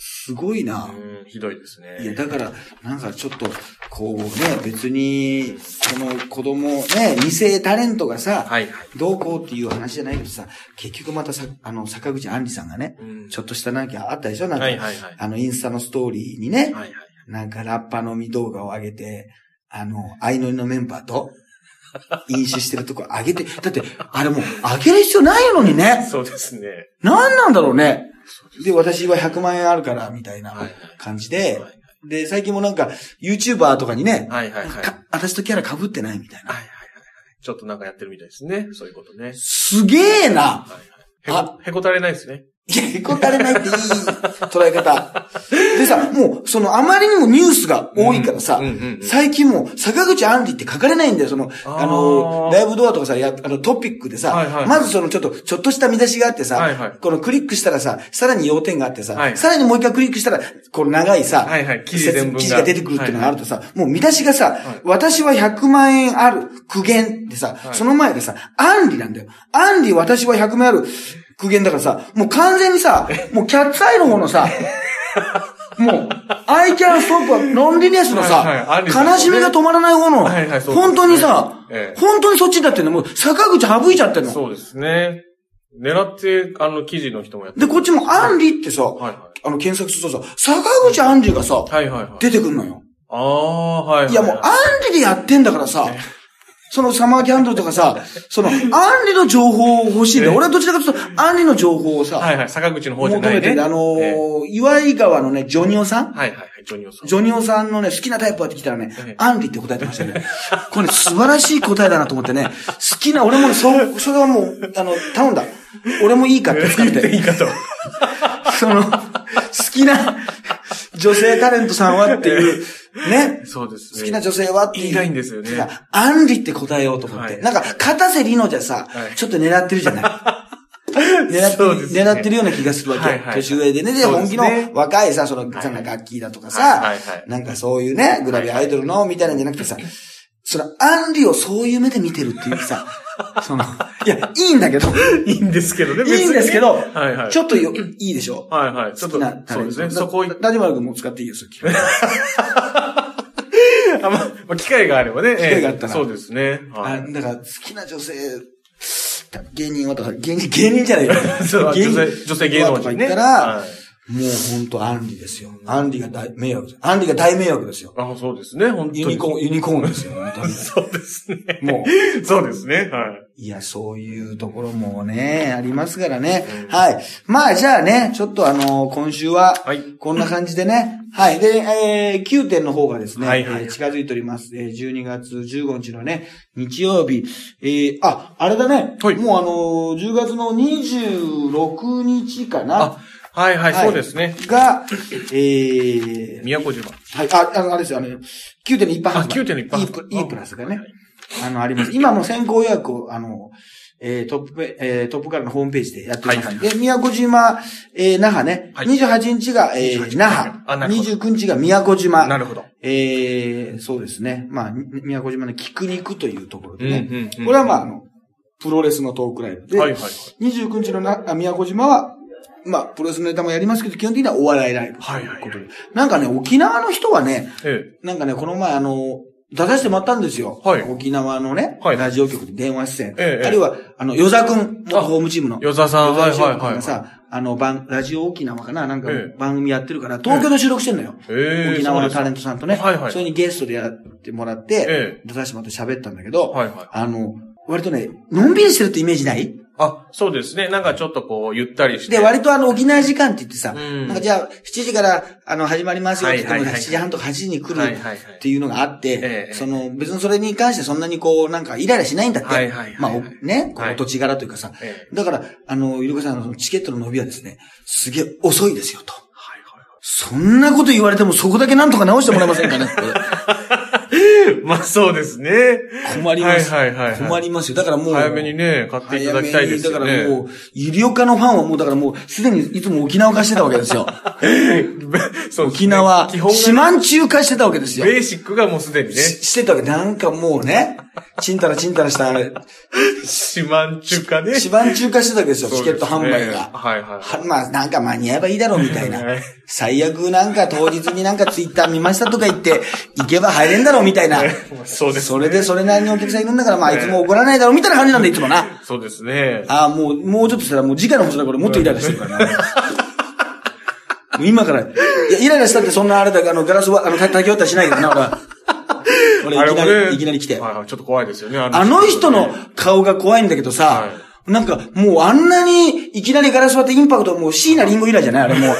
[SPEAKER 1] すごいな。
[SPEAKER 2] い。うんひどいですね。
[SPEAKER 1] いや、だから、なんかちょっと、こうね、別に、その子供、ね、二世タレントがさ、
[SPEAKER 2] はいはい。
[SPEAKER 1] どうこうっていう話じゃないけどさ、結局またさ、あの、坂口杏里さんがね、
[SPEAKER 2] うん
[SPEAKER 1] ちょっとしたなんかあったでしょなんか、
[SPEAKER 2] はいはいはい。
[SPEAKER 1] あの、インスタのストーリーにね、
[SPEAKER 2] はいはい。
[SPEAKER 1] なんかラッパ飲み動画を上げて、あの、相乗りのメンバーと、飲酒してるとこ上げて、だって、あれもう上げる必要ないのにね、
[SPEAKER 2] そうですね。
[SPEAKER 1] なんなんだろうね。
[SPEAKER 2] そうです
[SPEAKER 1] で、私は100万円あるから、みたい
[SPEAKER 2] は
[SPEAKER 1] ない
[SPEAKER 2] はい
[SPEAKER 1] 感じで
[SPEAKER 2] はいはい、
[SPEAKER 1] で、最近もなんか、YouTuber とかにね、
[SPEAKER 2] はいはいはい。はいはい
[SPEAKER 1] か私とキャラ被ってないみたいな。
[SPEAKER 2] はい。ちょっとなんかやってるみたいですね。そういうことね。
[SPEAKER 1] すげえな
[SPEAKER 2] はいはい。へこ、へこたれないですね。
[SPEAKER 1] いや、へこたれないっていい捉え方。でさ、もう、その、あまりにもニュースが多いからさ
[SPEAKER 2] うん、うんうんうん
[SPEAKER 1] 最近もう、坂口アンディって書かれないんだよ、その、
[SPEAKER 2] あー
[SPEAKER 1] あの、ライブドアとかさ、やあのトピックでさ、
[SPEAKER 2] はいはい
[SPEAKER 1] まずその、ちょっと、ちょっとした見出しがあってさ、
[SPEAKER 2] はいはい
[SPEAKER 1] このクリックしたらさ、さらに要点があってさ、
[SPEAKER 2] はい
[SPEAKER 1] さらにもう一回クリックしたら、この長いさ、
[SPEAKER 2] はいはい記
[SPEAKER 1] 記
[SPEAKER 2] 事
[SPEAKER 1] 事
[SPEAKER 2] 全文が
[SPEAKER 1] が出てくるっていうのがあるとさ、もう見出しがさ、私は100万円ある、苦言ってさ、
[SPEAKER 2] はい
[SPEAKER 1] その前でさ、アンディなんだよ。アンディ私は100万円ある、苦言だからさ、もう完全にさ、もうキャッツアイの方のさ、 もう、I can stop, ノンリネスの
[SPEAKER 2] はいはいア
[SPEAKER 1] さ
[SPEAKER 2] ン、ディさんのね
[SPEAKER 1] 悲しみが止まらない方の、
[SPEAKER 2] はいはいそうですね
[SPEAKER 1] 本当にさ
[SPEAKER 2] え、え
[SPEAKER 1] 本当にそっちになってんの、もう坂口省いちゃってんの。
[SPEAKER 2] そうですね。狙って、あの、記事の人もやって
[SPEAKER 1] で、こっちもアンディってさ、
[SPEAKER 2] はいは
[SPEAKER 1] あの、検索するとさ、坂口アンディがさ、
[SPEAKER 2] い。はいはいはい。
[SPEAKER 1] 出てくんのよ。
[SPEAKER 2] ああ、はいはい。
[SPEAKER 1] いやもう、アンリでやってんだからさ、そのサマーキャンドルとかさ、その、アンリの情報を欲しいんだよ。
[SPEAKER 2] ええ
[SPEAKER 1] 俺はどちらかというと、アンリの情報を
[SPEAKER 2] は
[SPEAKER 1] さ、
[SPEAKER 2] いはい。坂口の方じ
[SPEAKER 1] 求
[SPEAKER 2] ゃない
[SPEAKER 1] め
[SPEAKER 2] ね。
[SPEAKER 1] てて、あの
[SPEAKER 2] ええ
[SPEAKER 1] ー、岩井川のね、ジョニオさん
[SPEAKER 2] はいはいはい。ジョニオさん。
[SPEAKER 1] ジョニオさんのね、好きなタイプはって聞いたらね
[SPEAKER 2] ええ、
[SPEAKER 1] アンリって答えてましたね。これね、素晴らしい答えだなと思ってね、好きな、俺もね、そう、それはもう、あの、頼んだ。俺もいいかって使っ
[SPEAKER 2] 言って
[SPEAKER 1] て。
[SPEAKER 2] いい かと。
[SPEAKER 1] その、好きな女性タレントさんはっていう、ね。
[SPEAKER 2] そうですね。
[SPEAKER 1] 好きな女性はっていう。
[SPEAKER 2] 意外にですよね
[SPEAKER 1] てかアンリって答えようと思って。
[SPEAKER 2] はい
[SPEAKER 1] なんか、片瀬里乃じゃさ、
[SPEAKER 2] はい
[SPEAKER 1] ちょっと狙ってるじゃ ない狙って
[SPEAKER 2] そう
[SPEAKER 1] る
[SPEAKER 2] ですね
[SPEAKER 1] 狙ってるような気がするわけ。
[SPEAKER 2] はいはい
[SPEAKER 1] 年上でね。で、
[SPEAKER 2] そうで
[SPEAKER 1] 本
[SPEAKER 2] す
[SPEAKER 1] 気
[SPEAKER 2] ね
[SPEAKER 1] の若いさ、その、
[SPEAKER 2] はい
[SPEAKER 1] さ、楽器だとか
[SPEAKER 2] は
[SPEAKER 1] さ
[SPEAKER 2] いはいは、い
[SPEAKER 1] なんかそういうね、グラビアアイドルの、みたいなんじゃなくてさ、その、アンリをそういう目で見てるっていう さ、その、いや、いいんだけど、
[SPEAKER 2] いいんですけどね。別に
[SPEAKER 1] いいんですけど、
[SPEAKER 2] はいはい。
[SPEAKER 1] ちょっとよいいでしょ。
[SPEAKER 2] はいはい。ちょっと
[SPEAKER 1] 好きな、
[SPEAKER 2] そうですね。そこ、
[SPEAKER 1] 大丈夫君も使っていいよ、さっき。
[SPEAKER 2] あまあ、機会があればね。機
[SPEAKER 1] 会があったら
[SPEAKER 2] そうですね。はい
[SPEAKER 1] あ、。だから、好きな女性、芸人はとか、芸人、 芸人じゃないよ
[SPEAKER 2] そう。
[SPEAKER 1] 芸人
[SPEAKER 2] 女性女性芸能人
[SPEAKER 1] と
[SPEAKER 2] ね
[SPEAKER 1] か言ったら、
[SPEAKER 2] は
[SPEAKER 1] もうほんとアンリですよ。アンリが大迷惑です。アンリが大迷惑ですよ。
[SPEAKER 2] あ、そうですね。本当に。
[SPEAKER 1] ユニコーン、ユニコーンですよ、本当 に
[SPEAKER 2] そうですね。
[SPEAKER 1] もう、
[SPEAKER 2] そうですね。はい。
[SPEAKER 1] いや、そういうところもね、ありますからね。はい。まあ、じゃあね、ちょっとあのー今週は
[SPEAKER 2] はい、
[SPEAKER 1] こんな感じでね。はい。で、えー、9点の方がですね、
[SPEAKER 2] はいはい
[SPEAKER 1] えー近づいております。えー、12月15日のね、日曜日。えー、あ、あれだね。
[SPEAKER 2] はい
[SPEAKER 1] もうあのー10月の26日かな
[SPEAKER 2] あ。、はいはい、
[SPEAKER 1] はい
[SPEAKER 2] そうですね。
[SPEAKER 1] が、えー、
[SPEAKER 2] 宮古島。
[SPEAKER 1] はい、あ、あの、あれですよ、あの、9.1
[SPEAKER 2] あ
[SPEAKER 1] 発売。
[SPEAKER 2] 9.1発売
[SPEAKER 1] E プラスがね、あの、あります。今も先行予約を、あの、えートップペ、えートップからのホームページでやってます。
[SPEAKER 2] はい
[SPEAKER 1] で、宮古島、えー那覇ね。
[SPEAKER 2] はい
[SPEAKER 1] 28日が、えー那
[SPEAKER 2] あな
[SPEAKER 1] 覇。
[SPEAKER 2] るほど
[SPEAKER 1] 29日が宮古島。
[SPEAKER 2] なるほど。
[SPEAKER 1] えーそうですね。まあ、み宮古島の菊肉というところでね。
[SPEAKER 2] うんうんうん
[SPEAKER 1] これはまあ、あの、プロレスのトークライブで、
[SPEAKER 2] はいはいはい
[SPEAKER 1] 29日のなあ宮古島は、まあ、プロレスのネタもやりますけど、基本的にはお笑いライブ。
[SPEAKER 2] はいはいはい
[SPEAKER 1] とうことでなんかね、沖縄の人はね、
[SPEAKER 2] え
[SPEAKER 1] なんかね、この前あの、出させてもらったんですよ。
[SPEAKER 2] はい
[SPEAKER 1] 沖縄のね、
[SPEAKER 2] はい
[SPEAKER 1] ラジオ局に電話出演。
[SPEAKER 2] ええ
[SPEAKER 1] あるいは、あの、与座くん、元ホームチームの。
[SPEAKER 2] え。与沢さん、はい
[SPEAKER 1] 与座
[SPEAKER 2] はい
[SPEAKER 1] くん
[SPEAKER 2] はい
[SPEAKER 1] が
[SPEAKER 2] はい。
[SPEAKER 1] さ、あの、番、ラジオ沖縄かななんか
[SPEAKER 2] ええ
[SPEAKER 1] 番組やってるから、東京で収録してんのよ。
[SPEAKER 2] ええ
[SPEAKER 1] 沖縄のタレントさんとね。
[SPEAKER 2] そうですはいはい
[SPEAKER 1] それにゲストでやってもらっ
[SPEAKER 2] え
[SPEAKER 1] て、出させてもらって喋ったんだけど、
[SPEAKER 2] はいはい
[SPEAKER 1] あの、割とね、のんびりしてるってイメージない
[SPEAKER 2] あ、そうですね。なんかちょっとこう、ゆったりして。
[SPEAKER 1] で、割とあの、沖縄時間って言ってさ、
[SPEAKER 2] うん
[SPEAKER 1] なんかじゃあ、7時から、あの、始まりますよって言っても、
[SPEAKER 2] はいはいはい
[SPEAKER 1] 7時半とか8時に来
[SPEAKER 2] はい
[SPEAKER 1] る
[SPEAKER 2] はいはい
[SPEAKER 1] っていうのがあっ
[SPEAKER 2] え
[SPEAKER 1] て、
[SPEAKER 2] え
[SPEAKER 1] その、別にそれに関してそんなにこう、なんかイライラしないんだって。
[SPEAKER 2] はいはいはい
[SPEAKER 1] まあ、おね、こ
[SPEAKER 2] は
[SPEAKER 1] の
[SPEAKER 2] い
[SPEAKER 1] 土地柄というかさ。
[SPEAKER 2] ええ
[SPEAKER 1] だから、あの、ゆりこさんのそのチケットの伸びはですね、すげえ遅いですよと。
[SPEAKER 2] はいはいはい
[SPEAKER 1] そんなこと言われてもそこだけなんとか直してもらえませんかねっ て
[SPEAKER 2] まあそうですね。
[SPEAKER 1] 困ります。
[SPEAKER 2] はいはいはいはい
[SPEAKER 1] 困りますよ。だからもう。
[SPEAKER 2] 早めにね、買っていただきたいですよね。
[SPEAKER 1] 早めにだからもう、ゆりおかのファンはもうだからもう、すでにいつも沖縄化してたわけ ですよ。
[SPEAKER 2] そうですね
[SPEAKER 1] 沖縄、
[SPEAKER 2] 基本
[SPEAKER 1] 四
[SPEAKER 2] がね、
[SPEAKER 1] 万中化してたわけですよ。
[SPEAKER 2] ベーシックがもうすでにね、
[SPEAKER 1] ししてたわけ。なんかもうね、ちんたらちんたらした、
[SPEAKER 2] 四万中華ね。
[SPEAKER 1] 四万中化してたわけですよ、
[SPEAKER 2] そう
[SPEAKER 1] チ
[SPEAKER 2] で
[SPEAKER 1] ケ
[SPEAKER 2] すね
[SPEAKER 1] ット販売が。
[SPEAKER 2] はいはい
[SPEAKER 1] はまあ、なんか間に合えばいいだろうみたいな
[SPEAKER 2] はい。
[SPEAKER 1] 最悪なんか当日になんかツイッター見ましたとか言って、行けば入れんだろうみたいな。
[SPEAKER 2] そうですね
[SPEAKER 1] それでそれなりにお客さんいるんだから、まあ、いつも怒らないだろうみたいな感じなんで、いつもな。
[SPEAKER 2] そうですね。
[SPEAKER 1] ああ、もう、もうちょっとしたら、もう次回の放送だからもっとイライラしてる からな。もう今から、いや、イライラしたってそんなあれだから、あの、ガラスは、あの、炊き終わったりしないから な、俺は。俺、いきなり、いきなり来て。
[SPEAKER 2] はいはい、ちょっと怖いですよね。
[SPEAKER 1] あの人の顔が怖いんだけどさ、
[SPEAKER 2] は
[SPEAKER 1] なんか、もうあんな に、いきなりガラス割ってインパクト、もう椎名林檎以来じゃないあれもう。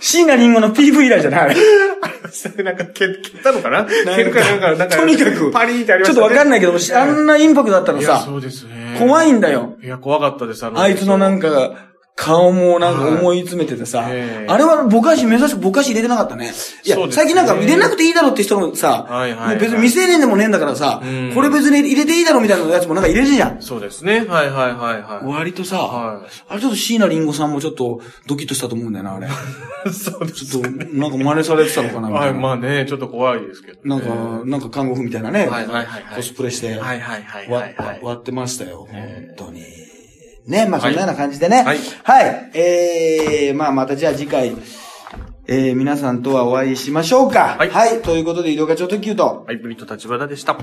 [SPEAKER 1] 椎名林檎の PV 以来じゃない
[SPEAKER 2] なんか、蹴蹴ったのかな蹴るかなんか、なんか、
[SPEAKER 1] とにかく
[SPEAKER 2] パリンってありま
[SPEAKER 1] ちょ
[SPEAKER 2] し
[SPEAKER 1] ったとわかん
[SPEAKER 2] い
[SPEAKER 1] ないけど、あんなインパクトだったら
[SPEAKER 2] いや、
[SPEAKER 1] さ
[SPEAKER 2] そ、うですね。
[SPEAKER 1] 怖
[SPEAKER 2] い。
[SPEAKER 1] いんだよ。
[SPEAKER 2] いや、怖かったです、あ
[SPEAKER 1] あいつのなんんかが、顔もなんか思い詰めててさ、
[SPEAKER 2] はいええ
[SPEAKER 1] あれはぼかし、珍しくぼかし入れてなかったね。いや、
[SPEAKER 2] そうですね
[SPEAKER 1] 最近なんか入れなくていいだろうって人もさ、
[SPEAKER 2] はいはいは
[SPEAKER 1] も
[SPEAKER 2] い
[SPEAKER 1] う別に未成年でもねえんだからさ、
[SPEAKER 2] うん
[SPEAKER 1] これ別に入れていいだろうみたいなやつもなんか入れるじゃん。
[SPEAKER 2] そうですね。はいはいはいは
[SPEAKER 1] 割とさ、
[SPEAKER 2] はい
[SPEAKER 1] あれちょっと椎名林檎さんもちょっとドキッとしたと思うんだよな、あれ。
[SPEAKER 2] い。 そうです。
[SPEAKER 1] ちょっと、なんか真似されてたのかな、みた
[SPEAKER 2] はいい、
[SPEAKER 1] な。
[SPEAKER 2] まあね、ちょっと怖いですけど、ね。
[SPEAKER 1] なんか、なんか看護婦みたいなね、
[SPEAKER 2] はいはいはいはい
[SPEAKER 1] コスプレして、
[SPEAKER 2] はいはいはい
[SPEAKER 1] わ
[SPEAKER 2] はいはい。
[SPEAKER 1] 割ってましたよ、
[SPEAKER 2] え
[SPEAKER 1] 本当に。ね、まあそんなような感じでね。
[SPEAKER 2] はい
[SPEAKER 1] はい。えー、まあまたじゃあ次回、えー、皆さんとはお会いしましょうか。
[SPEAKER 2] はい
[SPEAKER 1] ということで、移動課長特急と。
[SPEAKER 2] ハイブリッド立花でした。